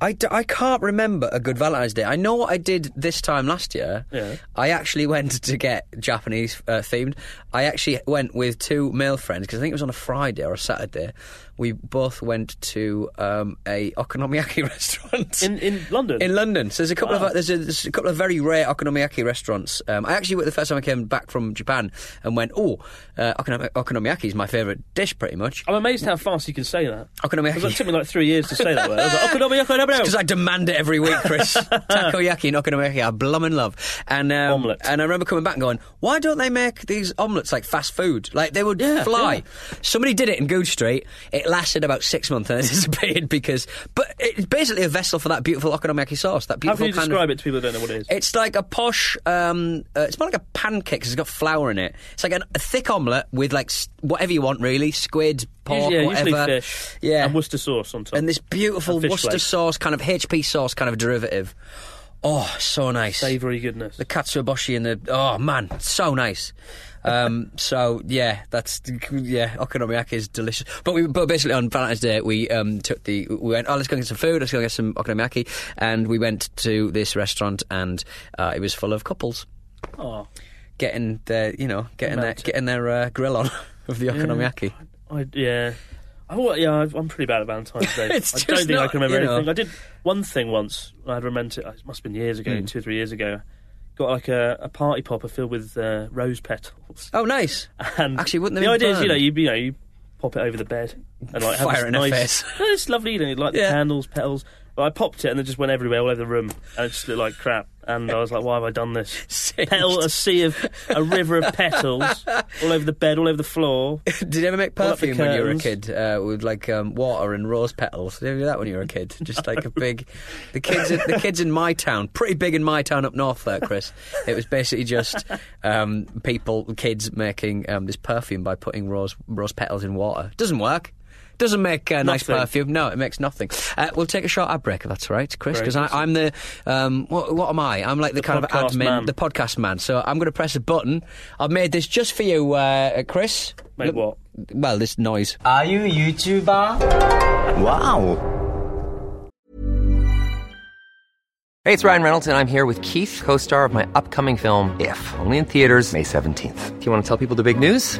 [SPEAKER 3] I, d- I can't remember a good Valentine's Day. I know what I did this time last year.
[SPEAKER 2] Yeah.
[SPEAKER 3] I actually went to get Japanese uh, themed. I actually went with two male friends because I think it was on a Friday or a Saturday. We both went to um, a okonomiyaki restaurant
[SPEAKER 2] in in London.
[SPEAKER 3] uh, In London, so there's a couple
[SPEAKER 2] Wow.
[SPEAKER 3] of uh, there's a, there's a couple of very rare okonomiyaki restaurants. Um, I actually went the first time I came back from Japan and went, oh, uh, okonomi- okonomiyaki is my favourite dish, pretty much.
[SPEAKER 2] I'm amazed how fast you can say that.
[SPEAKER 3] Okonomiyaki.
[SPEAKER 2] 'Cause It took me like three years to say that word. I was like, "Okonomiyaki,
[SPEAKER 3] Because
[SPEAKER 2] okonomiyaki."
[SPEAKER 3] I demand it every week, Chris. Takoyaki and okonomiyaki are blummin' love. And um,
[SPEAKER 2] Omelette.
[SPEAKER 3] And I remember coming back and going, why don't they make these omelettes like fast food? Like they would fly. Somebody did it in Goode Street. It lasted about six months and it disappeared because. But it's basically a vessel for that beautiful okonomiyaki sauce. That
[SPEAKER 2] How
[SPEAKER 3] beautiful
[SPEAKER 2] can you
[SPEAKER 3] kind
[SPEAKER 2] describe
[SPEAKER 3] of,
[SPEAKER 2] it to people who don't know what it is?
[SPEAKER 3] It's like a posh. Um, uh, it's more like a pancake 'cause it's got flour in it. It's like an, a thick omelette with like s- whatever you want, really, squid, pork,
[SPEAKER 2] usually, yeah,
[SPEAKER 3] whatever.
[SPEAKER 2] usually fish.
[SPEAKER 3] Yeah,
[SPEAKER 2] and Worcester sauce on top.
[SPEAKER 3] and this beautiful
[SPEAKER 2] And fish
[SPEAKER 3] Worcester
[SPEAKER 2] flakes.
[SPEAKER 3] sauce, kind of HP sauce, kind of derivative. Oh, so nice.
[SPEAKER 2] savoury goodness.
[SPEAKER 3] The katsuobushi and the oh man, so nice. Um, so yeah, that's yeah, okonomiyaki is delicious. But we but basically on Valentine's Day we um, took the we went oh let's go get some food, let's go get some okonomiyaki, and we went to this restaurant and uh, it was full of couples
[SPEAKER 2] Oh,
[SPEAKER 3] getting their you know getting their
[SPEAKER 2] Melted.
[SPEAKER 3] getting their uh, grill on of the okonomiyaki.
[SPEAKER 2] I yeah. I, wa- yeah, I've- I'm pretty bad at Valentine's Day.
[SPEAKER 3] It's
[SPEAKER 2] I don't
[SPEAKER 3] just
[SPEAKER 2] think I
[SPEAKER 3] not,
[SPEAKER 2] can remember
[SPEAKER 3] you know.
[SPEAKER 2] anything. I did one thing once. I remember it. It must have been years ago,
[SPEAKER 3] Hmm.
[SPEAKER 2] two or three years ago. Got like a, a party popper filled with uh, rose petals.
[SPEAKER 3] Oh nice.
[SPEAKER 2] And
[SPEAKER 3] Actually, wouldn't they
[SPEAKER 2] the
[SPEAKER 3] be
[SPEAKER 2] idea is you know
[SPEAKER 3] burned?
[SPEAKER 2] you, you know you pop it over the bed and like have
[SPEAKER 3] Fire
[SPEAKER 2] this
[SPEAKER 3] in her
[SPEAKER 2] nice,
[SPEAKER 3] face.
[SPEAKER 2] No, it's lovely. You know, like the
[SPEAKER 3] Yeah.
[SPEAKER 2] candles, petals. But I popped it and it just went everywhere, all over the room, and it just looked like crap. And I was like, why have I done this?
[SPEAKER 3] Singed.
[SPEAKER 2] Petal, a sea of a river of petals, all over the bed, all over the floor.
[SPEAKER 3] Did you ever make
[SPEAKER 2] Pull up the
[SPEAKER 3] perfume when you were a
[SPEAKER 2] curtains.
[SPEAKER 3] kid uh, with like um, water and rose petals? Did you ever do that when you were a kid? Just like a big, the kids, the kids in my town, pretty big in my town up north there, Chris. It was basically just um, people, kids making um, this perfume by putting rose rose petals in water. Doesn't work. Doesn't make uh, nice
[SPEAKER 2] Nothing.
[SPEAKER 3] perfume. No, it makes nothing. Uh, we'll take a short ad break if that's all right, Chris.
[SPEAKER 2] Great,
[SPEAKER 3] Because I'm the um, what, what am I? I'm like the, kind of
[SPEAKER 2] podcast
[SPEAKER 3] admin,
[SPEAKER 2] man.
[SPEAKER 3] the podcast man. So I'm going to press a button. I've made this just for you, uh, Chris.
[SPEAKER 2] Made what?
[SPEAKER 3] Look- well, this noise.
[SPEAKER 4] Are you YouTuber? Wow.
[SPEAKER 5] Hey, it's Ryan Reynolds, and I'm here with Keith, co star of my upcoming film, If, only in theaters, May 17th. Do you want to tell people the big news?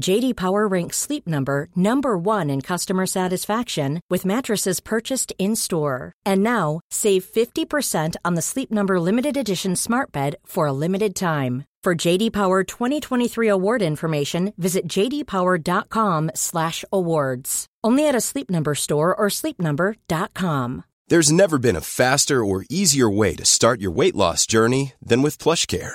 [SPEAKER 6] JD Power ranks Sleep Number number 1 in customer satisfaction with mattresses purchased in-store. And now, save 50% on the Sleep Number limited edition Smart Bed for a limited time. For JD Power 2023 award information, visit jdpower.com/awards. Only at a Sleep Number store or sleepnumber.com.
[SPEAKER 7] There's never been a faster or easier way to start your weight loss journey than with PlushCare.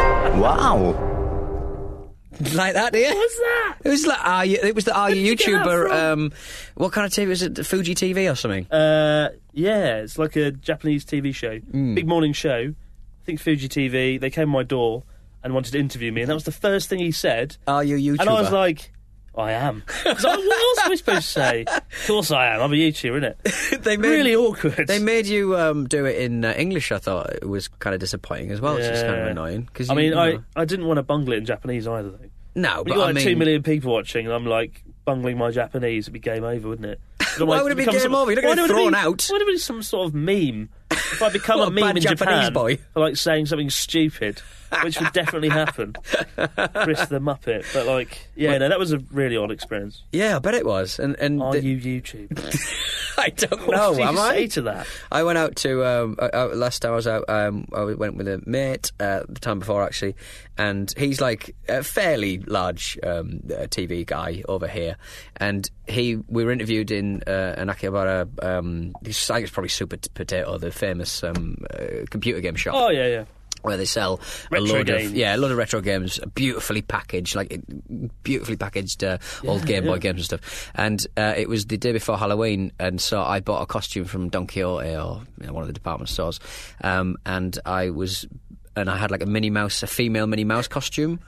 [SPEAKER 4] Wow.
[SPEAKER 3] like that, do you?
[SPEAKER 2] What's that?
[SPEAKER 3] It was like are you, it was the are you
[SPEAKER 2] did you get that
[SPEAKER 3] YouTuber
[SPEAKER 2] from?
[SPEAKER 3] um what kind of TV was it Fuji TV or something?
[SPEAKER 2] Uh, yeah, it's like a Japanese TV show,
[SPEAKER 3] Hmm.
[SPEAKER 2] big morning show. I think Fuji TV. They came to my door and wanted to interview me, and that was the first thing he said.
[SPEAKER 3] Are you YouTuber?
[SPEAKER 2] And I was like, I am. 'Cause I- what else am I supposed to say? Of course I am. I'm a YouTuber, innit?
[SPEAKER 3] they made,
[SPEAKER 2] really awkward.
[SPEAKER 3] They made you um, do it in uh, English. I thought it was kind of disappointing as well. It's just kind of
[SPEAKER 2] Yeah.
[SPEAKER 3] annoying because
[SPEAKER 2] I mean, I, I didn't want to bungle it in Japanese either, though.
[SPEAKER 3] no,
[SPEAKER 2] When
[SPEAKER 3] but
[SPEAKER 2] you got
[SPEAKER 3] I
[SPEAKER 2] like
[SPEAKER 3] mean,
[SPEAKER 2] two million people watching, and I'm like bungling my Japanese, it'd be game over, wouldn't it?
[SPEAKER 3] Why would it be
[SPEAKER 2] become
[SPEAKER 3] game
[SPEAKER 2] some-
[SPEAKER 3] over? You're not
[SPEAKER 2] why
[SPEAKER 3] gonna
[SPEAKER 2] would it
[SPEAKER 3] thrown
[SPEAKER 2] be-
[SPEAKER 3] out.
[SPEAKER 2] Why would it be some sort of meme? If I become
[SPEAKER 3] What
[SPEAKER 2] a
[SPEAKER 3] a
[SPEAKER 2] meme
[SPEAKER 3] bad
[SPEAKER 2] in
[SPEAKER 3] Japanese
[SPEAKER 2] Japan
[SPEAKER 3] boy.
[SPEAKER 2] for like saying something stupid, which would definitely happen. Chris the Muppet, but like, yeah, no, that was a really odd experience.
[SPEAKER 3] yeah, I bet it was. And and
[SPEAKER 2] Are
[SPEAKER 3] the-
[SPEAKER 2] you YouTube? Oh,
[SPEAKER 3] I don't
[SPEAKER 2] What
[SPEAKER 3] know.
[SPEAKER 2] did you
[SPEAKER 3] am I?
[SPEAKER 2] say to that?
[SPEAKER 3] I went out to um, uh, uh, last time I was out. Um, I went with a mate uh, the time before actually, and he's like a fairly large um, uh, TV guy over here, and he we were interviewed in uh, an Akihabara. Um, this- I think it's probably Super Potato, the famous um, uh, computer game shop
[SPEAKER 2] Oh yeah, yeah.
[SPEAKER 3] where they sell a
[SPEAKER 2] Retro
[SPEAKER 3] load
[SPEAKER 2] games.
[SPEAKER 3] of yeah a lot of retro games beautifully packaged like it- beautifully packaged uh, old Game Boy games and stuff and uh, it was the day before Halloween and so I bought a costume from Don Quixote or you know, one of the department stores um, and I was and I had like a Minnie Mouse a female Minnie Mouse costume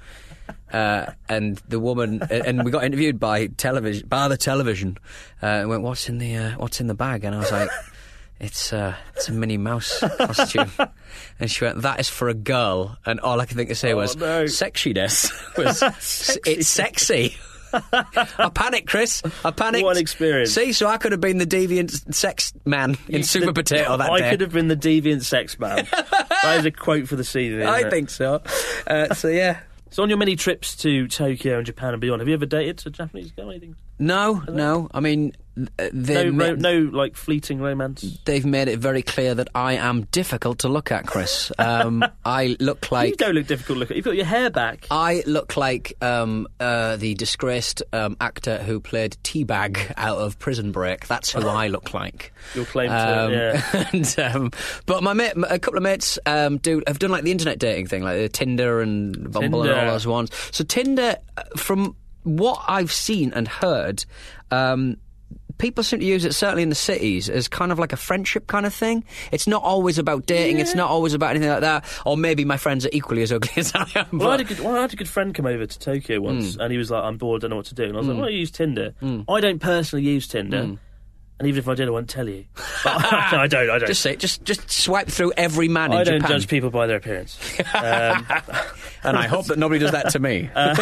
[SPEAKER 3] uh, and the woman and we got interviewed by television by the television uh, and went what's in the uh, what's in the bag and I was like it's uh, it's a Minnie Mouse costume and she went that is for a girl and all I could think to say was
[SPEAKER 2] Oh, no.
[SPEAKER 3] sexiness was it's sexy I panicked Chris I panicked
[SPEAKER 2] What an experience.
[SPEAKER 3] see so I could have been the deviant sex man in
[SPEAKER 2] You
[SPEAKER 3] Super
[SPEAKER 2] could-
[SPEAKER 3] Potato that
[SPEAKER 2] I
[SPEAKER 3] day
[SPEAKER 2] could have been the deviant sex man. that is a quote for the CV. isn't
[SPEAKER 3] I
[SPEAKER 2] it?
[SPEAKER 3] think so uh, so yeah
[SPEAKER 2] So on your many trips to Tokyo and Japan and beyond, have you ever dated a Japanese girl? or Anything?
[SPEAKER 3] no no I mean th-
[SPEAKER 2] No,
[SPEAKER 3] they
[SPEAKER 2] ro-
[SPEAKER 3] ma-
[SPEAKER 2] no, like fleeting romance.
[SPEAKER 3] they've made it very clear that I am difficult to look at, Chris. Um, I look
[SPEAKER 2] you
[SPEAKER 3] like
[SPEAKER 2] don't look difficult. Look, you've got your hair back.
[SPEAKER 3] I look like um, uh, the disgraced um, actor who played Teabag out of Prison Break. That's who I look like. Um,
[SPEAKER 2] Your claim to it, yeah.
[SPEAKER 3] and, um, but my mate, a couple of mates um, do have done like the internet dating thing, like uh, Tinder and Bumble and
[SPEAKER 2] Tinder.
[SPEAKER 3] all those ones. So Tinder, uh, from what I've seen and heard. Um, People seem to use it, certainly in the cities, as kind of like a friendship kind of thing. It's not always about dating. It's not always about anything like that. Or maybe my friends are equally as ugly as I am.
[SPEAKER 2] Well, I had,
[SPEAKER 3] but- Hmm.
[SPEAKER 2] a good, well, I had a good friend come over to Tokyo once, and he was like, "I'm bored, don't know what to do." And I was like, "Why don't you use Tinder?" I don't personally use Tinder,
[SPEAKER 3] Hmm.
[SPEAKER 2] and even if I did, I won't tell you. I don't. I don't.
[SPEAKER 3] Just say, just just swipe through every man in
[SPEAKER 2] I don't
[SPEAKER 3] Japan,
[SPEAKER 2] judge people by their appearance.
[SPEAKER 3] and I hope that nobody does that to me.
[SPEAKER 2] Uh.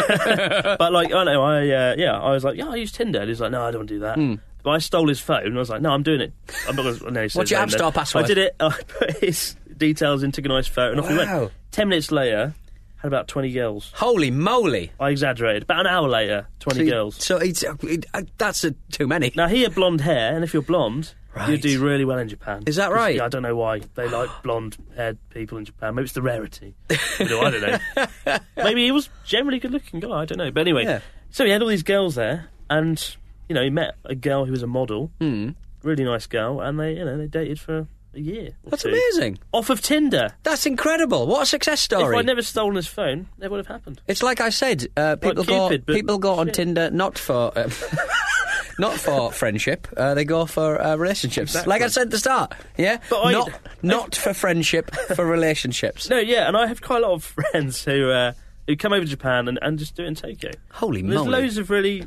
[SPEAKER 2] But like, I know, I uh, yeah, I was like, yeah, I use Tinder. And he was like, no, I don't want to do that.
[SPEAKER 3] Hmm.
[SPEAKER 2] But I stole his phone. and I was like, no, I'm doing it. I'm not going to. No, he said
[SPEAKER 3] What's your
[SPEAKER 2] no,
[SPEAKER 3] app
[SPEAKER 2] no.
[SPEAKER 3] store password?
[SPEAKER 2] I did it. I put his details in, took a nice photo, and off we
[SPEAKER 3] Wow.
[SPEAKER 2] went. Ten minutes later, had about twenty girls.
[SPEAKER 3] Holy moly!
[SPEAKER 2] I exaggerated. About an hour later, twenty girls.
[SPEAKER 3] So it's, it, uh, that's a, too many.
[SPEAKER 2] Now he had blonde hair, and if you're blonde, you
[SPEAKER 3] Right.
[SPEAKER 2] do really well in Japan.
[SPEAKER 3] Is that
[SPEAKER 2] 'Cause,
[SPEAKER 3] right?
[SPEAKER 2] Yeah, I don't know why they like blonde-haired people in Japan. Maybe it's the rarity. I don't know. Maybe he was generally good-looking guy. I don't know. But anyway,
[SPEAKER 3] Yeah.
[SPEAKER 2] so he had all these girls there,
[SPEAKER 3] Hmm.
[SPEAKER 2] and you know he met a girl who was a model, really nice girl, and they you know they dated for a year. or
[SPEAKER 3] That's
[SPEAKER 2] two
[SPEAKER 3] amazing.
[SPEAKER 2] Off of Tinder.
[SPEAKER 3] That's incredible. What a success story.
[SPEAKER 2] If I'd never stolen his phone, that would have happened.
[SPEAKER 3] It's like I said, uh, people
[SPEAKER 2] Cupid,
[SPEAKER 3] go
[SPEAKER 2] but
[SPEAKER 3] people go on
[SPEAKER 2] shit.
[SPEAKER 3] Tinder not for uh, not for friendship. Uh, they go for uh, relationships. Like I said at the start, yeah.
[SPEAKER 2] But I-
[SPEAKER 3] not not for friendship, for relationships.
[SPEAKER 2] No, yeah, and I have quite a lot of friends who uh, who come over to Japan and, and just do it in Tokyo.
[SPEAKER 3] Holy
[SPEAKER 2] And There's
[SPEAKER 3] moly.
[SPEAKER 2] loads of really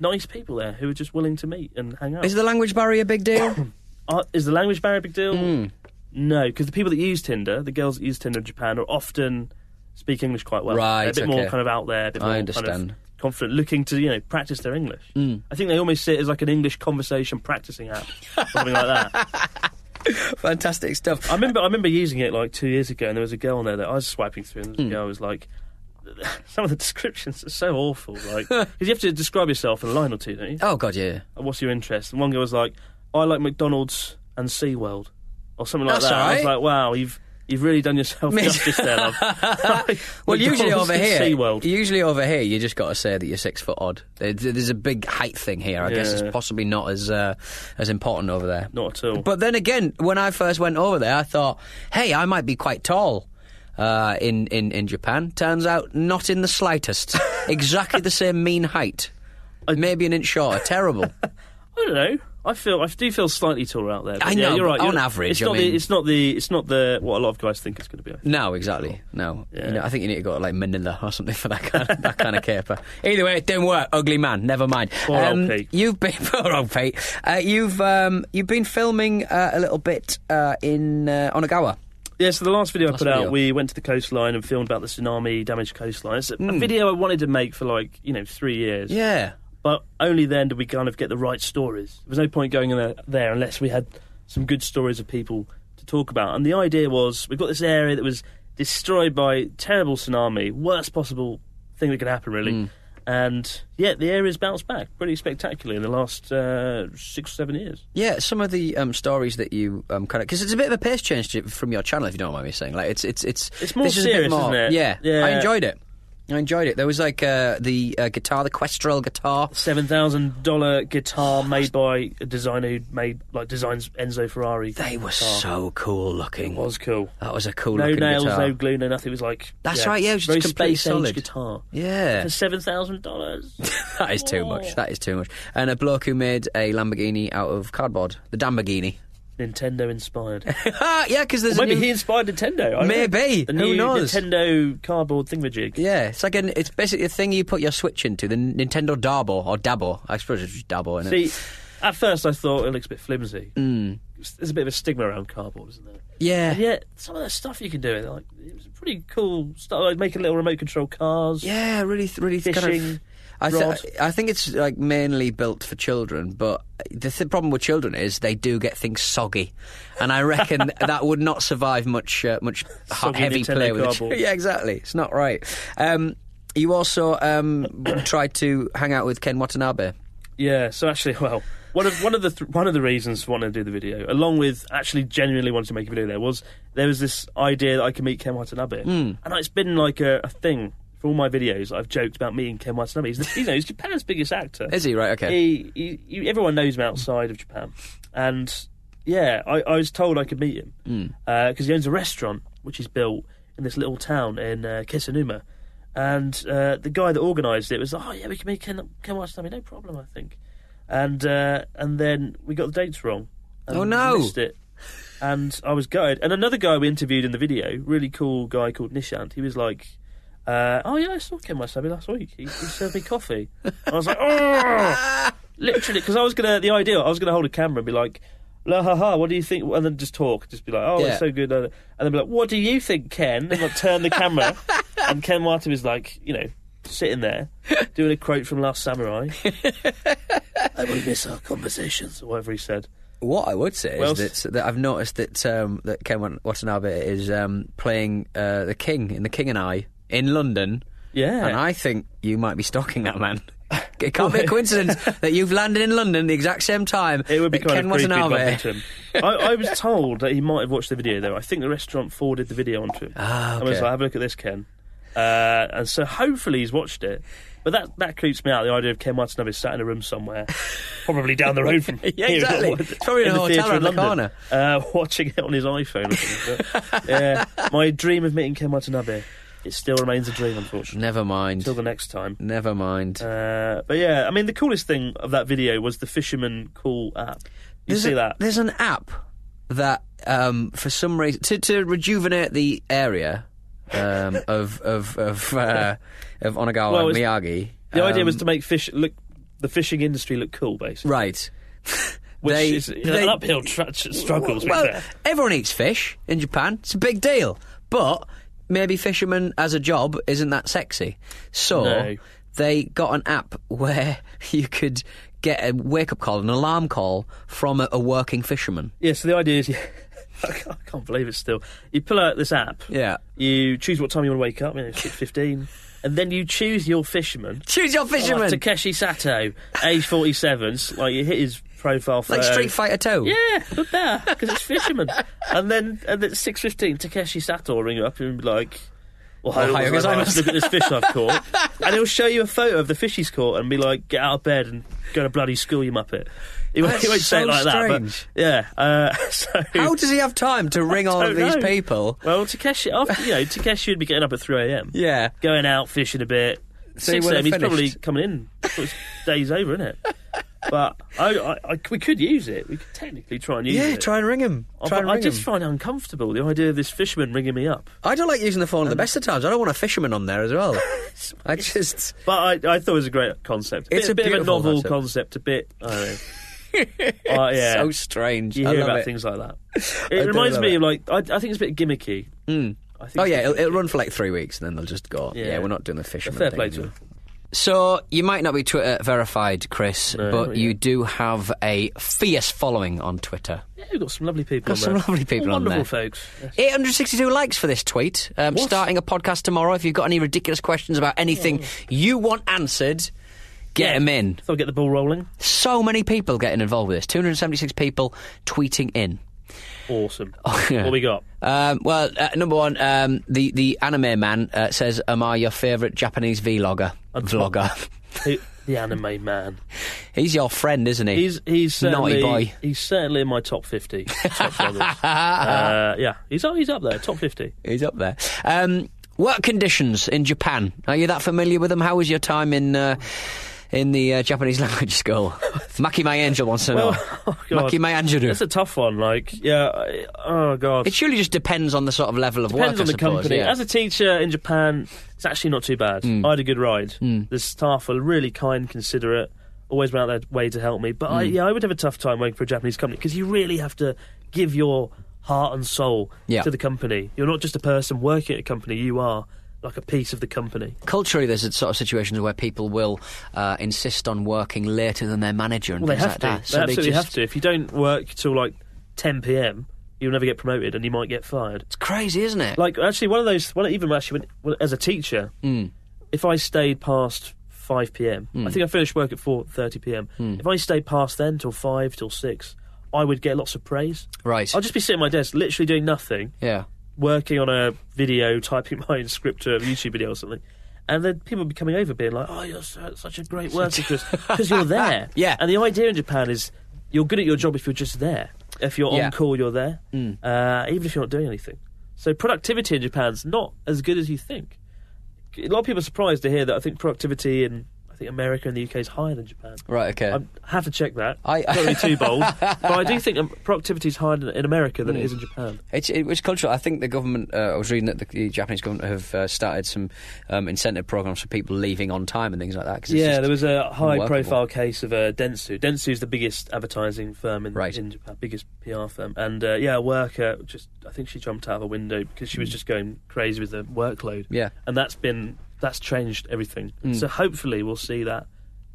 [SPEAKER 2] nice people there who are just willing to meet and hang out.
[SPEAKER 3] Is the language barrier a big deal?
[SPEAKER 2] Are- is the language barrier a big deal?
[SPEAKER 3] Hmm.
[SPEAKER 2] No, because the people that use Tinder, the girls that use Tinder in Japan, are often speak English quite well.
[SPEAKER 3] Right,
[SPEAKER 2] They're a bit
[SPEAKER 3] okay.
[SPEAKER 2] more kind of out there. A bit
[SPEAKER 3] I
[SPEAKER 2] more Kind
[SPEAKER 3] understand. Hmm.
[SPEAKER 2] of confident, looking to you know practice their English. I think they almost see it as like an English conversation practicing app, or something like that.
[SPEAKER 3] Fantastic stuff.
[SPEAKER 2] I remember I remember using it like two years ago, and there was a girl on there that I was swiping through, and there
[SPEAKER 3] Hmm.
[SPEAKER 2] was a girl who was like. Some of the descriptions are so awful, like because you have to describe yourself in a line or two, don't you?
[SPEAKER 3] Oh god, yeah.
[SPEAKER 2] what's your interest? And one guy was like, I like McDonald's and SeaWorld or something like
[SPEAKER 3] That's
[SPEAKER 2] that. I was
[SPEAKER 3] all right.
[SPEAKER 2] like, wow, you've you've really done yourself
[SPEAKER 3] Mate.
[SPEAKER 2] justice there, love.
[SPEAKER 3] Well, usually
[SPEAKER 2] McDonald's
[SPEAKER 3] over
[SPEAKER 2] and
[SPEAKER 3] here,
[SPEAKER 2] SeaWorld.
[SPEAKER 3] usually over here, you just got to say that you're six foot odd. There- There's a big height thing here. I guess
[SPEAKER 2] Yeah.
[SPEAKER 3] it's possibly not as uh, as important over there.
[SPEAKER 2] Not at all.
[SPEAKER 3] But then again, when I first went over there, I thought, hey, I might be quite tall. Uh, in, in in Japan, turns out not in the slightest. exactly the same mean height, maybe an inch shorter. Terrible.
[SPEAKER 2] I don't know. I feel I do feel slightly taller out there. but
[SPEAKER 3] I
[SPEAKER 2] yeah,
[SPEAKER 3] know,
[SPEAKER 2] you're right.
[SPEAKER 3] but on
[SPEAKER 2] You're-
[SPEAKER 3] average,
[SPEAKER 2] it's
[SPEAKER 3] I
[SPEAKER 2] not
[SPEAKER 3] mean-
[SPEAKER 2] the it's not the it's not the what a lot of guys think it's going to be. I think.
[SPEAKER 3] No, exactly. No,
[SPEAKER 2] Yeah.
[SPEAKER 3] You know, I think you need to go to like Manila or something for that kind of, that kind of caper. Either way, it didn't work. Ugly man. Never mind. Um,
[SPEAKER 2] Poor old Pete.
[SPEAKER 3] You've been poor old Pete. Uh, you've um, you've been filming uh, a little bit uh, in uh, Onagawa.
[SPEAKER 2] Yeah, so the last video
[SPEAKER 3] Last
[SPEAKER 2] I put
[SPEAKER 3] video.
[SPEAKER 2] out, we went to the coastline and filmed about the tsunami damaged coastline. It's a, a video I wanted to make for like you know three years.
[SPEAKER 3] Yeah.
[SPEAKER 2] but only then did we kind of get the right stories. There was no point going in there, there unless we had some good stories of people to talk about. And the idea was we've got this area that was destroyed by terrible tsunami, worst possible thing that could happen, really. And yet the area's bounced back pretty spectacularly in the last uh, six or seven years.
[SPEAKER 3] Yeah, some of the um, stories that you um, kind of because it's a bit of a pace change to, from your channel, if you don't mind me saying. Like it's it's it's
[SPEAKER 2] It's more
[SPEAKER 3] this is a bit
[SPEAKER 2] serious,
[SPEAKER 3] more-
[SPEAKER 2] isn't it?
[SPEAKER 3] Yeah,
[SPEAKER 2] Yeah.
[SPEAKER 3] I enjoyed it. I enjoyed it. There was like uh, the uh, guitar, the Questrel guitar.
[SPEAKER 2] Seven thousand dollar guitar made by a designer who made like designs Enzo Ferrari.
[SPEAKER 3] They were
[SPEAKER 2] guitar.
[SPEAKER 3] so cool looking.
[SPEAKER 2] It was cool.
[SPEAKER 3] That Oh. was a cool
[SPEAKER 2] No
[SPEAKER 3] looking
[SPEAKER 2] nails,
[SPEAKER 3] guitar.
[SPEAKER 2] no glue, no nothing. It was like
[SPEAKER 3] That's right, yeah, it was just
[SPEAKER 2] very
[SPEAKER 3] completely
[SPEAKER 2] space age
[SPEAKER 3] solid.
[SPEAKER 2] guitar.
[SPEAKER 3] Yeah.
[SPEAKER 2] for seven thousand dollars.
[SPEAKER 3] That is too much. That is too much. And a bloke who made a Lamborghini out of cardboard, the Lamborghini.
[SPEAKER 2] Nintendo inspired.
[SPEAKER 3] yeah, because there's
[SPEAKER 2] maybe
[SPEAKER 3] a new-
[SPEAKER 2] he inspired Nintendo. I don't know.
[SPEAKER 3] Maybe.
[SPEAKER 2] the
[SPEAKER 3] Who
[SPEAKER 2] new
[SPEAKER 3] knows?
[SPEAKER 2] Nintendo cardboard thingamajig.
[SPEAKER 3] yeah, it's like an, it's basically a thing you put your Switch into, the Nintendo Darbo or Dabo. I suppose it's just Dabo, isn't
[SPEAKER 2] See,
[SPEAKER 3] it?
[SPEAKER 2] at first I thought it looks a bit flimsy.
[SPEAKER 3] Hmm.
[SPEAKER 2] It's- There's a bit of a stigma around cardboard, isn't there?
[SPEAKER 3] Yeah,
[SPEAKER 2] And yet, some of that stuff you can do, like it was pretty cool stuff, like making little remote control cars.
[SPEAKER 3] yeah, really, th- really kind of.
[SPEAKER 2] Fishing
[SPEAKER 3] I,
[SPEAKER 2] rod.
[SPEAKER 3] I think it's like mainly built for children, but the th- problem with children is they do get things soggy, and I reckon that would not survive much uh, much ha-
[SPEAKER 2] Soggy
[SPEAKER 3] heavy
[SPEAKER 2] Nintendo
[SPEAKER 3] play with. a ch-
[SPEAKER 2] cardboard.
[SPEAKER 3] yeah, exactly. It's not right. Um, you also um, tried to hang out with Ken Watanabe.
[SPEAKER 2] Yeah, so actually, well, one of one of the th- one of the reasons for wanting to do the video, along with actually genuinely wanting to make a video, there was there was this idea that I could meet Ken Watanabe, and it's been like a, a thing for all my videos. I've joked about meeting Ken Watanabe. He's, the, you know, he's Japan's biggest actor.
[SPEAKER 3] Is he right? Okay.
[SPEAKER 2] He, he, he- everyone knows him outside of Japan, and yeah, I, I was told I could meet him
[SPEAKER 3] Hmm.
[SPEAKER 2] because he owns a restaurant which he's built in this little town in uh, Kisunuma. And uh, the guy that organised it was like, "Oh yeah, we can meet Ken, Ken Watanabe, no problem, I think." And uh, and then we got the dates wrong. and
[SPEAKER 3] Oh, no.
[SPEAKER 2] Missed it. And I was gutted. And another guy we interviewed in the video, really cool guy called Nishant. He was like, uh, "Oh yeah, I saw Ken Watanabe last week. He, he served me coffee." I was like, "Oh." literally because I was gonna the idea I was gonna hold a camera and be like la ha ha what do you think and then just talk just be like oh
[SPEAKER 3] Yeah.
[SPEAKER 2] it's so good and then be like what do you think Ken and like turn the camera and Ken Martin is like you know sitting there doing a quote from Last Samurai and we miss our conversations or whatever he said
[SPEAKER 3] What I would say
[SPEAKER 2] Well,
[SPEAKER 3] is that, that I've noticed that um, that Ken Wat- Watanabe is um, playing uh, the King in The King and I in London.
[SPEAKER 2] yeah
[SPEAKER 3] And I think you might be stalking that man. It can't be a coincidence that you've landed in London at the exact same time.
[SPEAKER 2] it would be
[SPEAKER 3] that
[SPEAKER 2] kind
[SPEAKER 3] Ken
[SPEAKER 2] of creepy
[SPEAKER 3] Watanabe.
[SPEAKER 2] bumping to him. I, I was told that he might have watched the video though I think the restaurant forwarded the video onto him I
[SPEAKER 3] Ah,
[SPEAKER 2] was
[SPEAKER 3] okay.
[SPEAKER 2] like have a look at this Ken Uh, and so hopefully he's watched it. But that, that creeps me out, the idea of Ken Watanabe sat in a room somewhere, probably down the road from
[SPEAKER 3] Yeah,
[SPEAKER 2] here,
[SPEAKER 3] exactly.
[SPEAKER 2] or-
[SPEAKER 3] It's probably in a
[SPEAKER 2] the
[SPEAKER 3] hotel
[SPEAKER 2] theatre in
[SPEAKER 3] around the
[SPEAKER 2] London, Uh, watching it on his iPhone. Or something. But, yeah, my dream of meeting Ken Watanabe, it still remains a dream, unfortunately,
[SPEAKER 3] Never mind.
[SPEAKER 2] until the next time.
[SPEAKER 3] Never mind.
[SPEAKER 2] Uh, but yeah, I mean, the coolest thing of that video was the Fisherman Call app. You
[SPEAKER 3] there's
[SPEAKER 2] see
[SPEAKER 3] a-
[SPEAKER 2] that?
[SPEAKER 3] There's an app that, um, for some reason, to, to rejuvenate the area um, of of of uh, of Onagawa
[SPEAKER 2] Well,
[SPEAKER 3] and
[SPEAKER 2] it's-
[SPEAKER 3] Miyagi.
[SPEAKER 2] The idea was
[SPEAKER 3] um,
[SPEAKER 2] to make fish look the fishing industry look cool, basically.
[SPEAKER 3] right.
[SPEAKER 2] Which
[SPEAKER 3] they-
[SPEAKER 2] is you know,
[SPEAKER 3] they-
[SPEAKER 2] an uphill tra- struggle. to be
[SPEAKER 3] Well,
[SPEAKER 2] fair.
[SPEAKER 3] everyone eats fish in Japan. It's a big deal, but maybe fisherman as a job isn't that sexy. So
[SPEAKER 2] No.
[SPEAKER 3] they got an app where you could get a wake up call, an alarm call from a, a working fisherman.
[SPEAKER 2] Yeah, so the idea is, yeah, I, can't, I can't believe it still. You pull out this app.
[SPEAKER 3] Yeah.
[SPEAKER 2] You choose what time you want to wake up, you know, 6.15, and then you choose your fisherman.
[SPEAKER 3] Choose your
[SPEAKER 2] Like
[SPEAKER 3] fisherman.
[SPEAKER 2] Takeshi Sato, age 47. s- Like, you hit his profile photo.
[SPEAKER 3] like Street Fighter Two.
[SPEAKER 2] Yeah, look there, because it's fisherman. and then and at 6.15, Takeshi Sato will ring you up and be like... Well, hi,
[SPEAKER 3] hi,
[SPEAKER 2] look
[SPEAKER 3] I
[SPEAKER 2] at
[SPEAKER 3] must-
[SPEAKER 2] this fish I've caught. And he'll show you a photo of the fish he's caught and be like, get out of bed and go to bloody school, you muppet. He won't, he
[SPEAKER 3] That's
[SPEAKER 2] won't say it
[SPEAKER 3] so
[SPEAKER 2] like
[SPEAKER 3] strange.
[SPEAKER 2] that, but... Yeah, uh, so...
[SPEAKER 3] How does he have time to ring all
[SPEAKER 2] don't
[SPEAKER 3] of these
[SPEAKER 2] know.
[SPEAKER 3] people?
[SPEAKER 2] Well, Takeshi, after, you know, Takeshi would be getting up at 3 a.m.
[SPEAKER 3] Yeah.
[SPEAKER 2] Going out, fishing a bit.
[SPEAKER 3] So
[SPEAKER 2] 6
[SPEAKER 3] when
[SPEAKER 2] a.m.,
[SPEAKER 3] they're
[SPEAKER 2] he's probably
[SPEAKER 3] finished-
[SPEAKER 2] coming in. It's days over, isn't it? But I, I, I, we could use it. We could technically try and use
[SPEAKER 3] Yeah,
[SPEAKER 2] it.
[SPEAKER 3] try and ring him.
[SPEAKER 2] I,
[SPEAKER 3] Try
[SPEAKER 2] but
[SPEAKER 3] and
[SPEAKER 2] I
[SPEAKER 3] ring
[SPEAKER 2] just
[SPEAKER 3] him.
[SPEAKER 2] find it uncomfortable, the idea of this fisherman ringing me up.
[SPEAKER 3] I don't like using the phone at
[SPEAKER 2] Um,
[SPEAKER 3] the best of times. I don't want a fisherman on there as well. I just.
[SPEAKER 2] But I, I thought it was a great concept.
[SPEAKER 3] It's
[SPEAKER 2] bit,
[SPEAKER 3] a
[SPEAKER 2] bit of a
[SPEAKER 3] beautiful
[SPEAKER 2] novel
[SPEAKER 3] concept.
[SPEAKER 2] a bit. I don't know. Uh, yeah.
[SPEAKER 3] So strange.
[SPEAKER 2] you
[SPEAKER 3] I
[SPEAKER 2] hear
[SPEAKER 3] love
[SPEAKER 2] about
[SPEAKER 3] it.
[SPEAKER 2] things like that.
[SPEAKER 3] I
[SPEAKER 2] It
[SPEAKER 3] do
[SPEAKER 2] reminds
[SPEAKER 3] love
[SPEAKER 2] me
[SPEAKER 3] it.
[SPEAKER 2] of like I, I think it's a bit gimmicky. I think
[SPEAKER 3] Oh
[SPEAKER 2] it's a
[SPEAKER 3] yeah,
[SPEAKER 2] bit
[SPEAKER 3] it'll, it'll
[SPEAKER 2] gimmicky.
[SPEAKER 3] run for like three weeks and then they'll just go. Yeah,
[SPEAKER 2] Yeah.
[SPEAKER 3] we're not doing the fisherman.
[SPEAKER 2] Fair
[SPEAKER 3] thing
[SPEAKER 2] play to him.
[SPEAKER 3] So you might not be Twitter verified, Chris, but you do have a fierce following on Twitter.
[SPEAKER 2] Yeah, we've got some lovely people.
[SPEAKER 3] Got
[SPEAKER 2] on
[SPEAKER 3] some
[SPEAKER 2] there.
[SPEAKER 3] lovely people
[SPEAKER 2] All
[SPEAKER 3] on
[SPEAKER 2] wonderful
[SPEAKER 3] there.
[SPEAKER 2] folks.
[SPEAKER 3] 862 likes for this tweet. Um, starting a podcast tomorrow. If you've got any ridiculous questions about anything
[SPEAKER 2] Oh.
[SPEAKER 3] you want answered, get them in.
[SPEAKER 2] So I'll get the ball rolling.
[SPEAKER 3] So many people getting involved with this. 276 people tweeting in.
[SPEAKER 2] Awesome.
[SPEAKER 3] Oh, yeah.
[SPEAKER 2] What we got?
[SPEAKER 3] Um, well, uh, number one, um, the the anime man uh, says, "Am I your favourite Japanese vlogger?" Vlogger.
[SPEAKER 2] Who- the anime man.
[SPEAKER 3] He's your friend, isn't he?
[SPEAKER 2] He's he's
[SPEAKER 3] Naughty
[SPEAKER 2] certainly
[SPEAKER 3] boy.
[SPEAKER 2] he's certainly in my top fifty. top vloggers. uh, yeah, he's up he's up there. Top fifty.
[SPEAKER 3] He's up there. Um, work conditions in Japan. Are you that familiar with them? How was your time in uh, in the uh, Japanese language school? Maki my angel wants to know.
[SPEAKER 2] oh, God.
[SPEAKER 3] Maki my angel.
[SPEAKER 2] That's a tough one. Like yeah. I- Oh god.
[SPEAKER 3] It surely just depends on the sort of level of
[SPEAKER 2] Depends
[SPEAKER 3] work. I
[SPEAKER 2] on the
[SPEAKER 3] suppose,
[SPEAKER 2] company.
[SPEAKER 3] yeah. Mm.
[SPEAKER 2] As a teacher in Japan, it's actually not too bad. I had a good ride. The staff were really kind, considerate, always went out their way to help me. But
[SPEAKER 3] Mm.
[SPEAKER 2] I, yeah, I would have a tough time working for a Japanese company because you really have to give your heart and soul
[SPEAKER 3] Yeah.
[SPEAKER 2] to the company. You're not just a person working at a company; you are like a piece of the company.
[SPEAKER 3] Culturally, there's a sort of situations where people will uh, insist on working later than their manager and
[SPEAKER 2] Well, they
[SPEAKER 3] things
[SPEAKER 2] have
[SPEAKER 3] like
[SPEAKER 2] to.
[SPEAKER 3] that.
[SPEAKER 2] They
[SPEAKER 3] So
[SPEAKER 2] absolutely
[SPEAKER 3] just,
[SPEAKER 2] have to. If you don't work till like 10 p.m., you'll never get promoted, and you might get fired.
[SPEAKER 3] It's crazy, isn't it?
[SPEAKER 2] Like actually, one of those. Well, even actually, when, well, as a teacher, if I stayed past five p.m., I think I finished work at four thirty p.m. If I stayed past then till five till six, I would get lots of praise.
[SPEAKER 3] right.
[SPEAKER 2] I'll just be sitting at my desk, literally doing nothing,
[SPEAKER 3] yeah.
[SPEAKER 2] working on a video, typing my own script to a YouTube video or something. And then people would be coming over, being like, "Oh, you're so, such a great worker, Chris, because you're there."
[SPEAKER 3] Yeah.
[SPEAKER 2] And the idea in Japan is, you're good at your job if you're just there. If you're
[SPEAKER 3] Yeah. Mm.
[SPEAKER 2] on call, you're there, uh, even if you're not doing anything. So productivity in Japan's not as good as you think. A lot of people are surprised to hear that. I think productivity in I think America and the UK is higher than Japan.
[SPEAKER 3] Right. Okay.
[SPEAKER 2] I'm- I have to check that.
[SPEAKER 3] I-
[SPEAKER 2] I, not to be too bold, but I do think um, productivity is higher in, in America than it
[SPEAKER 3] Mm.
[SPEAKER 2] is in Japan.
[SPEAKER 3] It's, it was cultural. I think the government. Uh, I was reading that the, the Japanese government have uh, started some um, incentive programs for people leaving on time and things like that. 'cause it's
[SPEAKER 2] Yeah,
[SPEAKER 3] just
[SPEAKER 2] there was a
[SPEAKER 3] unworkable.
[SPEAKER 2] high-profile case of uh, Dentsu. Dentsu is the biggest advertising firm in,
[SPEAKER 3] Right.
[SPEAKER 2] in Japan, biggest PR firm, and uh, yeah, a worker just I think she jumped out of a window because she was just going crazy with the workload.
[SPEAKER 3] Hmm. Yeah. Hmm.
[SPEAKER 2] and that's been that's changed everything. So hopefully we'll see that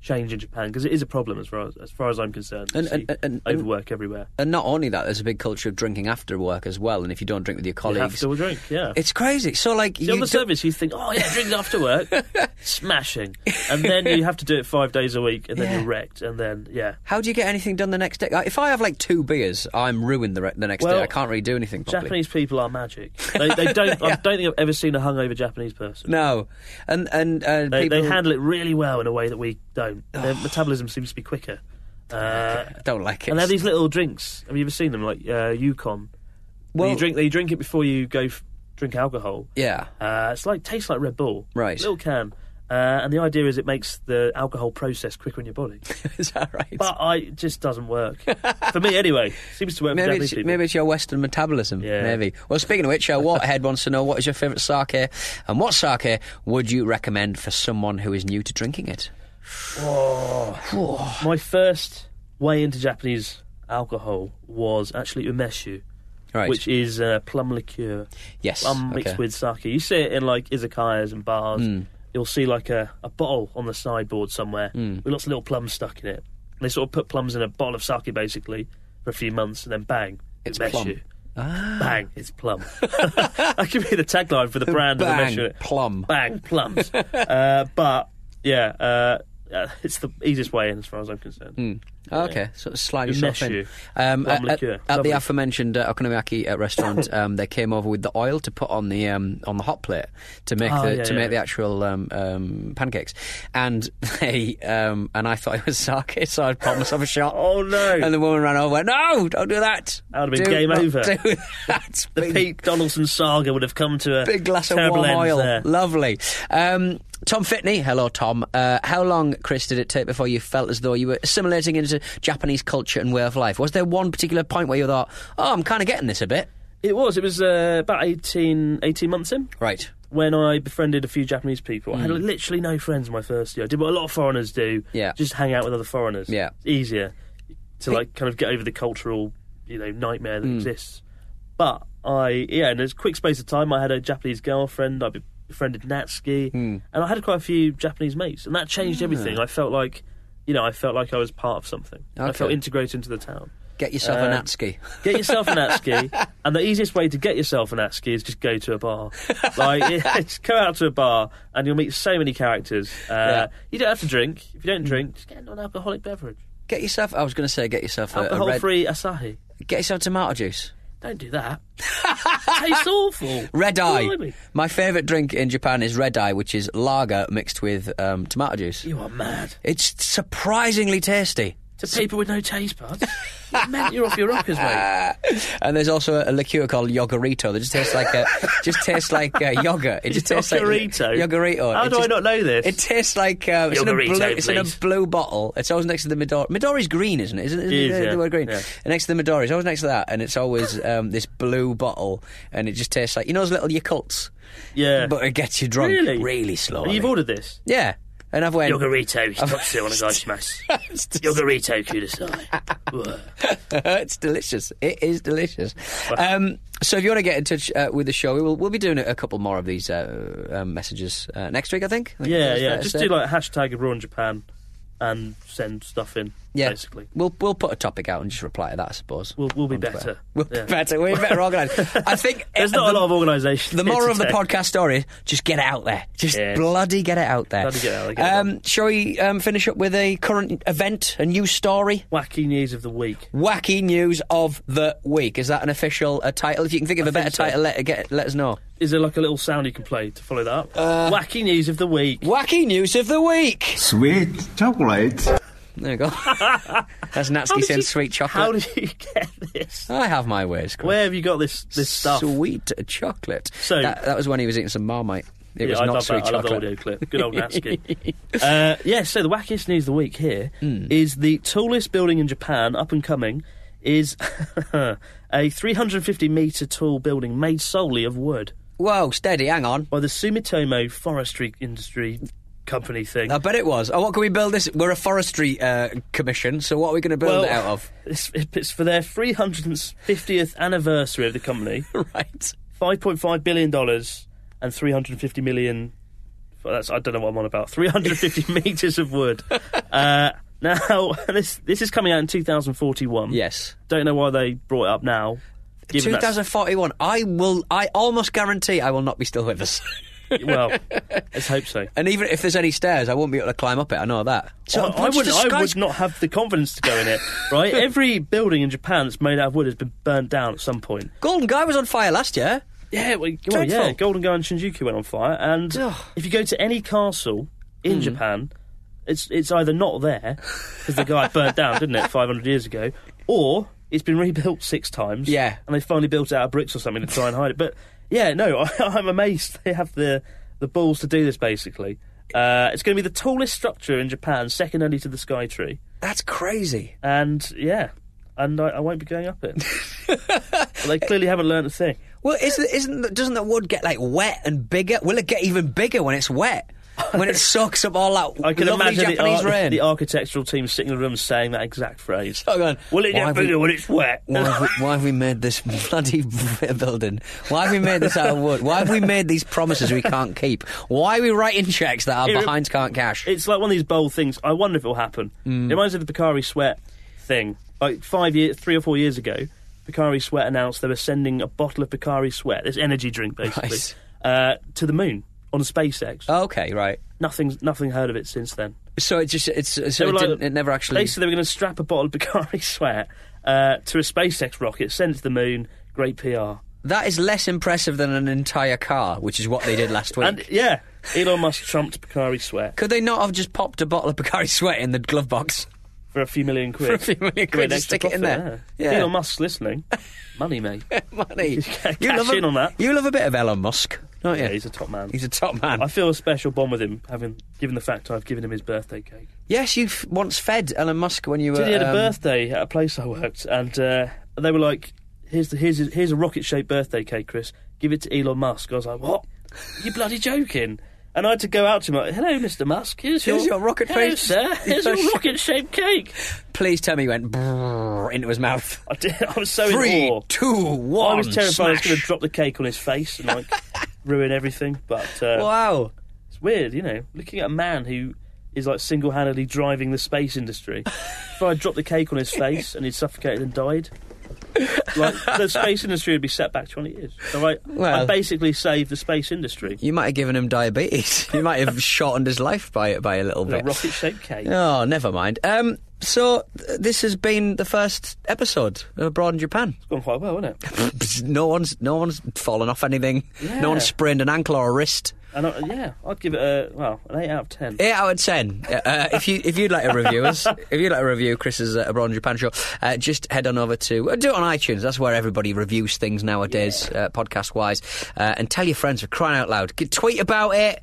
[SPEAKER 2] change in Japan because it is a problem as far as, as far as I'm concerned.
[SPEAKER 3] And-
[SPEAKER 2] You see
[SPEAKER 3] and- and- and-
[SPEAKER 2] overwork everywhere.
[SPEAKER 3] And not only that, there's a big culture of drinking after work as well. And if you don't drink with your
[SPEAKER 2] You have
[SPEAKER 3] colleagues,
[SPEAKER 2] to drink, yeah.
[SPEAKER 3] it's crazy. So like,
[SPEAKER 2] See, on the
[SPEAKER 3] don't-
[SPEAKER 2] service, you think, oh, yeah, drinking after work, smashing. And then you have to do it five days a week, and then
[SPEAKER 3] Yeah.
[SPEAKER 2] you're wrecked. And then, yeah.
[SPEAKER 3] How do you get anything done the next day? Like, If I have like two beers, I'm ruined the, re- the next day.
[SPEAKER 2] Well,
[SPEAKER 3] I can't really do anything properly.
[SPEAKER 2] Japanese people are magic. They, they don't. I don't think I've ever seen a hungover Japanese person.
[SPEAKER 3] No, and and uh,
[SPEAKER 2] They,
[SPEAKER 3] people
[SPEAKER 2] they handle it really well in a way that we don't. Their metabolism seems to be quicker. Uh,
[SPEAKER 3] don't like it.
[SPEAKER 2] and they're these little drinks. Have you ever seen them? Like uh, Yukon. Well,
[SPEAKER 3] Well-
[SPEAKER 2] you drink. They drink it before you go f- drink alcohol.
[SPEAKER 3] yeah,
[SPEAKER 2] Uh, it's like tastes like Red Bull.
[SPEAKER 3] Right.
[SPEAKER 2] Little can. Uh, and the idea is it makes the alcohol process quicker in your body.
[SPEAKER 3] is that right?
[SPEAKER 2] But I it just doesn't work for me anyway. Seems to work for
[SPEAKER 3] Maybe
[SPEAKER 2] Japanese
[SPEAKER 3] it's,
[SPEAKER 2] people.
[SPEAKER 3] maybe it's your Western metabolism.
[SPEAKER 2] Yeah.
[SPEAKER 3] Maybe. Well, speaking of which, uh, Waterhead wants to know what is your favourite sake, and what sake would you recommend for someone who is new to drinking it?
[SPEAKER 2] My first way into Japanese alcohol was actually umeshu,
[SPEAKER 3] Right.
[SPEAKER 2] which is uh, plum liqueur.
[SPEAKER 3] yes.
[SPEAKER 2] Plum mixed
[SPEAKER 3] okay. Hmm.
[SPEAKER 2] with sake. You see it in like izakayas and bars. You'll see like a, a bottle on the sideboard somewhere
[SPEAKER 3] Hmm.
[SPEAKER 2] with lots of little plums stuck in it. They sort of put plums in a bottle of sake basically for a few months and then bang,
[SPEAKER 3] It's
[SPEAKER 2] umeshu.
[SPEAKER 3] plum. Ah.
[SPEAKER 2] Bang, it's plum. that could be the tagline for the brand of
[SPEAKER 3] Bang,
[SPEAKER 2] umeshu.
[SPEAKER 3] plum.
[SPEAKER 2] Bang, plums. uh, but yeah, uh, uh, it's the easiest way in as far as I'm concerned.
[SPEAKER 3] Hmm.
[SPEAKER 2] uh,
[SPEAKER 3] Okay, so slide
[SPEAKER 2] You mesh
[SPEAKER 3] yourself in.
[SPEAKER 2] you.
[SPEAKER 3] Um,
[SPEAKER 2] Plum
[SPEAKER 3] at,
[SPEAKER 2] liqueur.
[SPEAKER 3] at- at
[SPEAKER 2] Lovely.
[SPEAKER 3] the aforementioned uh, Okonomiyaki uh, restaurant, um, they came over with the oil to put on the um, on the hot plate to make
[SPEAKER 2] Oh,
[SPEAKER 3] the
[SPEAKER 2] yeah,
[SPEAKER 3] to
[SPEAKER 2] yeah,
[SPEAKER 3] make the
[SPEAKER 2] yeah.
[SPEAKER 3] actual um, um, pancakes, and they um, and I thought it was sake, so I popped myself a shot.
[SPEAKER 2] Oh, no.
[SPEAKER 3] And the woman ran over, and went, "No, don't do that."
[SPEAKER 2] That would've been
[SPEAKER 3] Do
[SPEAKER 2] game
[SPEAKER 3] not
[SPEAKER 2] over."
[SPEAKER 3] Do that.
[SPEAKER 2] The
[SPEAKER 3] Big-
[SPEAKER 2] Pete Donaldson saga would have come to a
[SPEAKER 3] big glass of
[SPEAKER 2] terrible
[SPEAKER 3] warm
[SPEAKER 2] end
[SPEAKER 3] oil.
[SPEAKER 2] there.
[SPEAKER 3] Lovely. Um, Tom Fitney, hello Tom. Uh, how long, Chris, did it take before you felt as though you were assimilating into Japanese culture and way of life? Was there one particular point where you thought, "Oh, I'm kind of getting this a bit"?
[SPEAKER 2] It was. It was uh, about 18, 18 months in
[SPEAKER 3] Right.
[SPEAKER 2] when I befriended a few Japanese people. I had literally no friends my first year. I did what a lot of foreigners do.
[SPEAKER 3] Hmm. Yeah.
[SPEAKER 2] Just hang out with other foreigners.
[SPEAKER 3] Yeah.
[SPEAKER 2] It's easier to like kind of get over the cultural, you know, nightmare
[SPEAKER 3] Hmm.
[SPEAKER 2] that exists. But I yeah, in a quick space of time, I had a Japanese girlfriend. I be- befriended Natsuki,
[SPEAKER 3] Hmm.
[SPEAKER 2] and I had quite a few Japanese mates, and that
[SPEAKER 3] Ah.
[SPEAKER 2] changed everything. I felt like, you know, I felt like I was part of something. I
[SPEAKER 3] Okay.
[SPEAKER 2] felt integrated into the town.
[SPEAKER 3] Get yourself a
[SPEAKER 2] Uh,
[SPEAKER 3] Natsuki.
[SPEAKER 2] Get yourself an Atski, and the easiest way to get yourself an Atski is just go to a bar. Like, it's go out to a bar, and you'll meet so many characters. Uh, You don't have to drink. If
[SPEAKER 3] Mm.
[SPEAKER 2] you don't drink, just get an alcoholic beverage.
[SPEAKER 3] Get yourself. I was going to say, get yourself a, a red.
[SPEAKER 2] Alcohol-free Asahi.
[SPEAKER 3] Get yourself tomato juice.
[SPEAKER 2] Don't do that. Tastes awful.
[SPEAKER 3] Red eye.
[SPEAKER 2] Blimey.
[SPEAKER 3] My favourite drink in Japan is red eye, which is lager mixed with um, tomato juice.
[SPEAKER 2] You are mad.
[SPEAKER 3] It's surprisingly tasty.
[SPEAKER 2] To people with no taste buds, you meant you're off your rockers, mate.
[SPEAKER 3] And there's also a liqueur called yogurito that just tastes like a, just tastes like uh, yogurt. It just tastes like
[SPEAKER 2] Yogurito?
[SPEAKER 3] Yogurito.
[SPEAKER 2] How
[SPEAKER 3] It
[SPEAKER 2] do I
[SPEAKER 3] just-
[SPEAKER 2] not know this?
[SPEAKER 3] It tastes like uh, it's, in a
[SPEAKER 2] Yogurito,
[SPEAKER 3] blue, it's in a
[SPEAKER 2] please.
[SPEAKER 3] blue bottle. It's always next to the Midori. Midori's green, isn't it? Isn't it?
[SPEAKER 2] It is,
[SPEAKER 3] the- the
[SPEAKER 2] yeah.
[SPEAKER 3] word green.
[SPEAKER 2] Yeah.
[SPEAKER 3] And next to the Midori, it's always next to that, and it's always um, this blue bottle, and it just tastes like you know those little Yakults,
[SPEAKER 2] Yeah.
[SPEAKER 3] but it gets you drunk
[SPEAKER 2] Really?
[SPEAKER 3] slowly.
[SPEAKER 2] You've ordered this.
[SPEAKER 3] yeah. And I've went.
[SPEAKER 2] Yogurito, Hitotsu on a guy's smash. Yogurito, kudasai.
[SPEAKER 3] it's delicious. It is delicious. Um, so if you want to get in touch uh, with the show, we'll, we'll be doing a couple more of these uh, um, messages uh, next week, I think. I think
[SPEAKER 2] Yeah,
[SPEAKER 3] that's fair
[SPEAKER 2] yeah.
[SPEAKER 3] to
[SPEAKER 2] Just
[SPEAKER 3] say.
[SPEAKER 2] do like hashtag abroad in Japan and send stuff in,
[SPEAKER 3] yeah.
[SPEAKER 2] basically.
[SPEAKER 3] We'll we'll put a topic out and just reply to that, I suppose.
[SPEAKER 2] We'll, we'll be
[SPEAKER 3] On Twitter.
[SPEAKER 2] better.
[SPEAKER 3] We'll
[SPEAKER 2] Yeah.
[SPEAKER 3] be better. We're better organised. I think
[SPEAKER 2] There's
[SPEAKER 3] uh,
[SPEAKER 2] not
[SPEAKER 3] the-
[SPEAKER 2] a lot of organisation.
[SPEAKER 3] The
[SPEAKER 2] here
[SPEAKER 3] moral of the
[SPEAKER 2] today.
[SPEAKER 3] podcast story is just get it out there. Just
[SPEAKER 2] Yeah.
[SPEAKER 3] bloody get it out there.
[SPEAKER 2] Bloody get it out there.
[SPEAKER 3] Um, shall we um, finish up with a current event, a news story?
[SPEAKER 2] Wacky news of the week.
[SPEAKER 3] Wacky news of the week. Is that an official uh, title? If you can think of a better
[SPEAKER 2] think so.
[SPEAKER 3] title, let, get, let us know.
[SPEAKER 2] Is there like a little sound you can play to follow that up?
[SPEAKER 3] Uh,
[SPEAKER 2] Wacky news of the week.
[SPEAKER 3] Wacky news of the week.
[SPEAKER 4] Sweet chocolate.
[SPEAKER 3] There you go. That's
[SPEAKER 2] How
[SPEAKER 3] Natsuki
[SPEAKER 2] did
[SPEAKER 3] saying
[SPEAKER 2] you-
[SPEAKER 3] sweet chocolate.
[SPEAKER 2] How did you get this?
[SPEAKER 3] I have my ways. Chris.
[SPEAKER 2] Where have you got this this stuff?
[SPEAKER 3] Sweet chocolate.
[SPEAKER 2] So-
[SPEAKER 3] that, that was when he was eating some marmite.
[SPEAKER 2] yeah,
[SPEAKER 3] It was
[SPEAKER 2] I
[SPEAKER 3] not
[SPEAKER 2] love
[SPEAKER 3] sweet
[SPEAKER 2] that. I love the
[SPEAKER 3] chocolate.
[SPEAKER 2] audio clip. Good old Natsuki. uh, yeah, so the wackiest news of the week here is
[SPEAKER 3] Hmm.
[SPEAKER 2] the tallest building in Japan, up and coming, is a 350 metre tall building made solely of wood
[SPEAKER 3] Whoa, steady, hang on.
[SPEAKER 2] by the Sumitomo Forestry Industry Company thing.
[SPEAKER 3] I bet it was. Oh, what can we build this? We're a forestry uh, commission, so what are we going to build
[SPEAKER 2] Well,
[SPEAKER 3] it out of?
[SPEAKER 2] It's, it's for their 350th anniversary of the company.
[SPEAKER 3] right.
[SPEAKER 2] $5.5 billion and 350 million that's I don't know what I'm on about. 350 meters of wood. Uh, now this this is coming out in 2041.
[SPEAKER 3] Yes.
[SPEAKER 2] Don't know why they brought it up now. given that's-
[SPEAKER 3] 2041. I will. I almost guarantee I will not be still with us.
[SPEAKER 2] Well, let's hope so.
[SPEAKER 3] and even if there's any stairs, I won't be able to climb up it. I know that.
[SPEAKER 2] Oh, I, I
[SPEAKER 3] Just
[SPEAKER 2] would,
[SPEAKER 3] the
[SPEAKER 2] I
[SPEAKER 3] skysc-
[SPEAKER 2] would not have the confidence to go in it, right? Every building in Japan that's made out of wood has been burnt down at some point.
[SPEAKER 3] Golden Guy was on fire last year.
[SPEAKER 2] Yeah, well, well, yeah.
[SPEAKER 3] Dreadful.
[SPEAKER 2] Golden Guy and Shinjuku went on fire, and if you go to any castle in Japan, it's it's either not there because the guy burnt down, didn't it, 500 years ago, or it's been rebuilt six times.
[SPEAKER 3] Yeah.
[SPEAKER 2] and they finally built it out of bricks or something to try and hide it. But yeah, no, I, I'm amazed they have the the balls to do this. Basically, uh, it's going to be the tallest structure in Japan, second only to the Sky Tree,
[SPEAKER 3] That's crazy.
[SPEAKER 2] and yeah. And I, I won't be going up it. But they clearly haven't learnt a thing.
[SPEAKER 3] Well, isn't isn't the- doesn't the wood get like wet and bigger? Will it get even bigger when it's wet? When it soaks up all that
[SPEAKER 2] I can
[SPEAKER 3] lovely
[SPEAKER 2] imagine the,
[SPEAKER 3] Japanese
[SPEAKER 2] ar-
[SPEAKER 3] rain.
[SPEAKER 2] the architectural team sitting in the room saying that exact phrase.
[SPEAKER 3] Oh, go on.
[SPEAKER 2] Will it
[SPEAKER 3] Why
[SPEAKER 2] get
[SPEAKER 3] have we-
[SPEAKER 2] bigger when it's wet?
[SPEAKER 3] Why have, we, why have we made this bloody building? Why have we made this out of wood? Why have we made these promises we can't keep? Why are we writing checks that our
[SPEAKER 2] It-
[SPEAKER 3] behinds can't cash?
[SPEAKER 2] It's like one of these bold things. I wonder if it'll happen.
[SPEAKER 3] Hmm.
[SPEAKER 2] It reminds me of the Picari Sweat thing. Like five years, three or four years ago, Picari Sweat announced they were sending a bottle of Picari Sweat, this energy drink basically,
[SPEAKER 3] Right.
[SPEAKER 2] uh, to the moon on SpaceX.
[SPEAKER 3] okay, right.
[SPEAKER 2] Nothing's nothing heard of it since then.
[SPEAKER 3] So it just it's so
[SPEAKER 2] They
[SPEAKER 3] it,
[SPEAKER 2] were like-
[SPEAKER 3] didn't, it never actually.
[SPEAKER 2] They said they were going to strap a bottle of Picari Sweat uh, to a SpaceX rocket, send it to the moon. Great PR.
[SPEAKER 3] That is less impressive than an entire car, which is what they did last week.
[SPEAKER 2] And yeah, Elon Musk trumped Picari Sweat
[SPEAKER 3] Could they not have just popped a bottle of Bacardi Sweat in the glove box?
[SPEAKER 2] for a few million quid.
[SPEAKER 3] For a few million
[SPEAKER 2] Great
[SPEAKER 3] quid, just
[SPEAKER 2] extra
[SPEAKER 3] stick it in
[SPEAKER 2] profit,
[SPEAKER 3] there.
[SPEAKER 2] Yeah.
[SPEAKER 3] Yeah.
[SPEAKER 2] Elon Musk's listening. Money, mate.
[SPEAKER 3] Money.
[SPEAKER 2] Cash
[SPEAKER 3] love a,
[SPEAKER 2] in on that.
[SPEAKER 3] You love a bit of Elon Musk, don't you?
[SPEAKER 2] Yeah, he's a top man.
[SPEAKER 3] Oh, He's a top man.
[SPEAKER 2] I feel a special bond with him, having given the fact I've given him his birthday cake.
[SPEAKER 3] yes, you f- once fed Elon Musk when you were.
[SPEAKER 2] Did he had a
[SPEAKER 3] um,
[SPEAKER 2] birthday at a place I worked, and uh, they were like, "Here's the here's his- here's a rocket shaped birthday cake, Chris. Give it to Elon Musk." I was like, "What? you bloody joking?" And I had to go out to him. Like, Hello, Mr. Musk. Here's,
[SPEAKER 3] Here's your rocket
[SPEAKER 2] Hello,
[SPEAKER 3] face-
[SPEAKER 2] sir. Here's
[SPEAKER 3] your
[SPEAKER 2] your
[SPEAKER 3] sh-
[SPEAKER 2] rocket shaped cake.
[SPEAKER 3] Please tell me he went brrrr into his mouth.
[SPEAKER 2] I did. I was so
[SPEAKER 3] Three,
[SPEAKER 2] in awe.
[SPEAKER 3] two, one.
[SPEAKER 2] I was terrified I was
[SPEAKER 3] smash.
[SPEAKER 2] going to drop the cake on his face and like ruin everything. But uh,
[SPEAKER 3] Wow.
[SPEAKER 2] it's weird, you know, looking at a man who is like single-handedly driving the space industry. if I dropped the cake on his face and he suffocated and died, like the space industry would be set back twenty years. So I, I
[SPEAKER 3] Well-
[SPEAKER 2] basically saved the space industry.
[SPEAKER 3] You might have given him diabetes. You might have shortened his life by by a little
[SPEAKER 2] With a
[SPEAKER 3] bit.
[SPEAKER 2] rocket-shaped cake.
[SPEAKER 3] Oh, never mind. Um, so th- this has been the first episode of Abroad in Japan.
[SPEAKER 2] It's gone quite well, isn't it?
[SPEAKER 3] no one's no one's fallen off anything.
[SPEAKER 2] Yeah.
[SPEAKER 3] No one's sprained an ankle or a wrist.
[SPEAKER 2] And I, yeah, I'd give it a well, an eight out of ten.
[SPEAKER 3] Eight out of ten. Uh, if you if you'd like to review us, if you'd like to review Chris's uh, Abroad in Japan show, uh, just head on over to uh, do it on iTunes. That's where everybody reviews things nowadays, uh, podcast wise. Uh, and tell your friends for crying out loud. Get, tweet about it.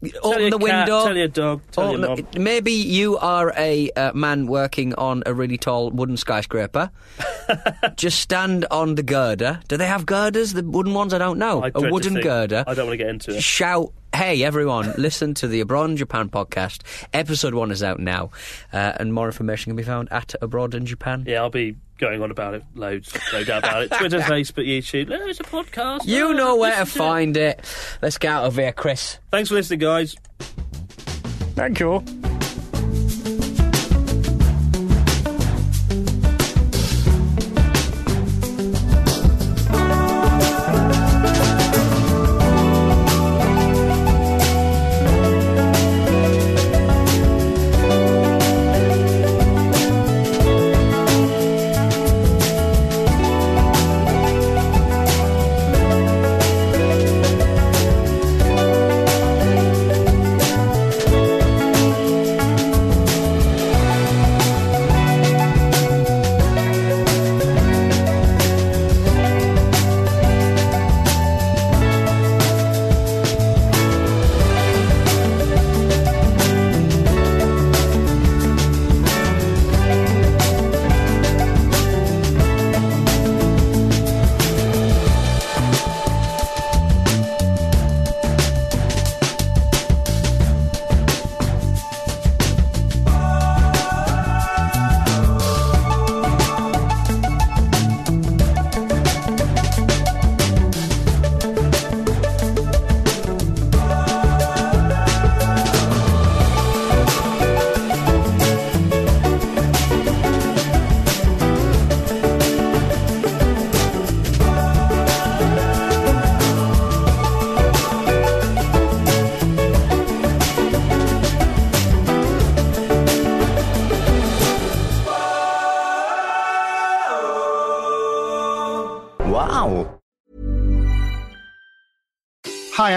[SPEAKER 2] Tell
[SPEAKER 3] Open
[SPEAKER 2] your
[SPEAKER 3] the
[SPEAKER 2] cat,
[SPEAKER 3] window.
[SPEAKER 2] Tell your dog. Tell
[SPEAKER 3] Oh,
[SPEAKER 2] your
[SPEAKER 3] no,
[SPEAKER 2] mom.
[SPEAKER 3] it- maybe you are a uh, man working on a really tall wooden skyscraper. Just stand on the girder. Do they have girders? The wooden ones? I don't know.
[SPEAKER 2] I
[SPEAKER 3] A
[SPEAKER 2] dread to
[SPEAKER 3] wooden
[SPEAKER 2] think-
[SPEAKER 3] girder.
[SPEAKER 2] I don't want to get into it.
[SPEAKER 3] Shout, hey everyone, listen to the Abroad in Japan podcast. Episode one is out now, uh, and more information can be found at Abroad in Japan.
[SPEAKER 2] Yeah, I'll be going on about it loads, no doubt about it. Twitter, Facebook, YouTube. No, it's a podcast.
[SPEAKER 3] You
[SPEAKER 2] Oh,
[SPEAKER 3] know where to
[SPEAKER 2] listen it.
[SPEAKER 3] find it. Let's get out of here, Chris.
[SPEAKER 2] Thanks for listening, guys.
[SPEAKER 3] Thank you.
[SPEAKER 4] Wow.
[SPEAKER 6] Hi,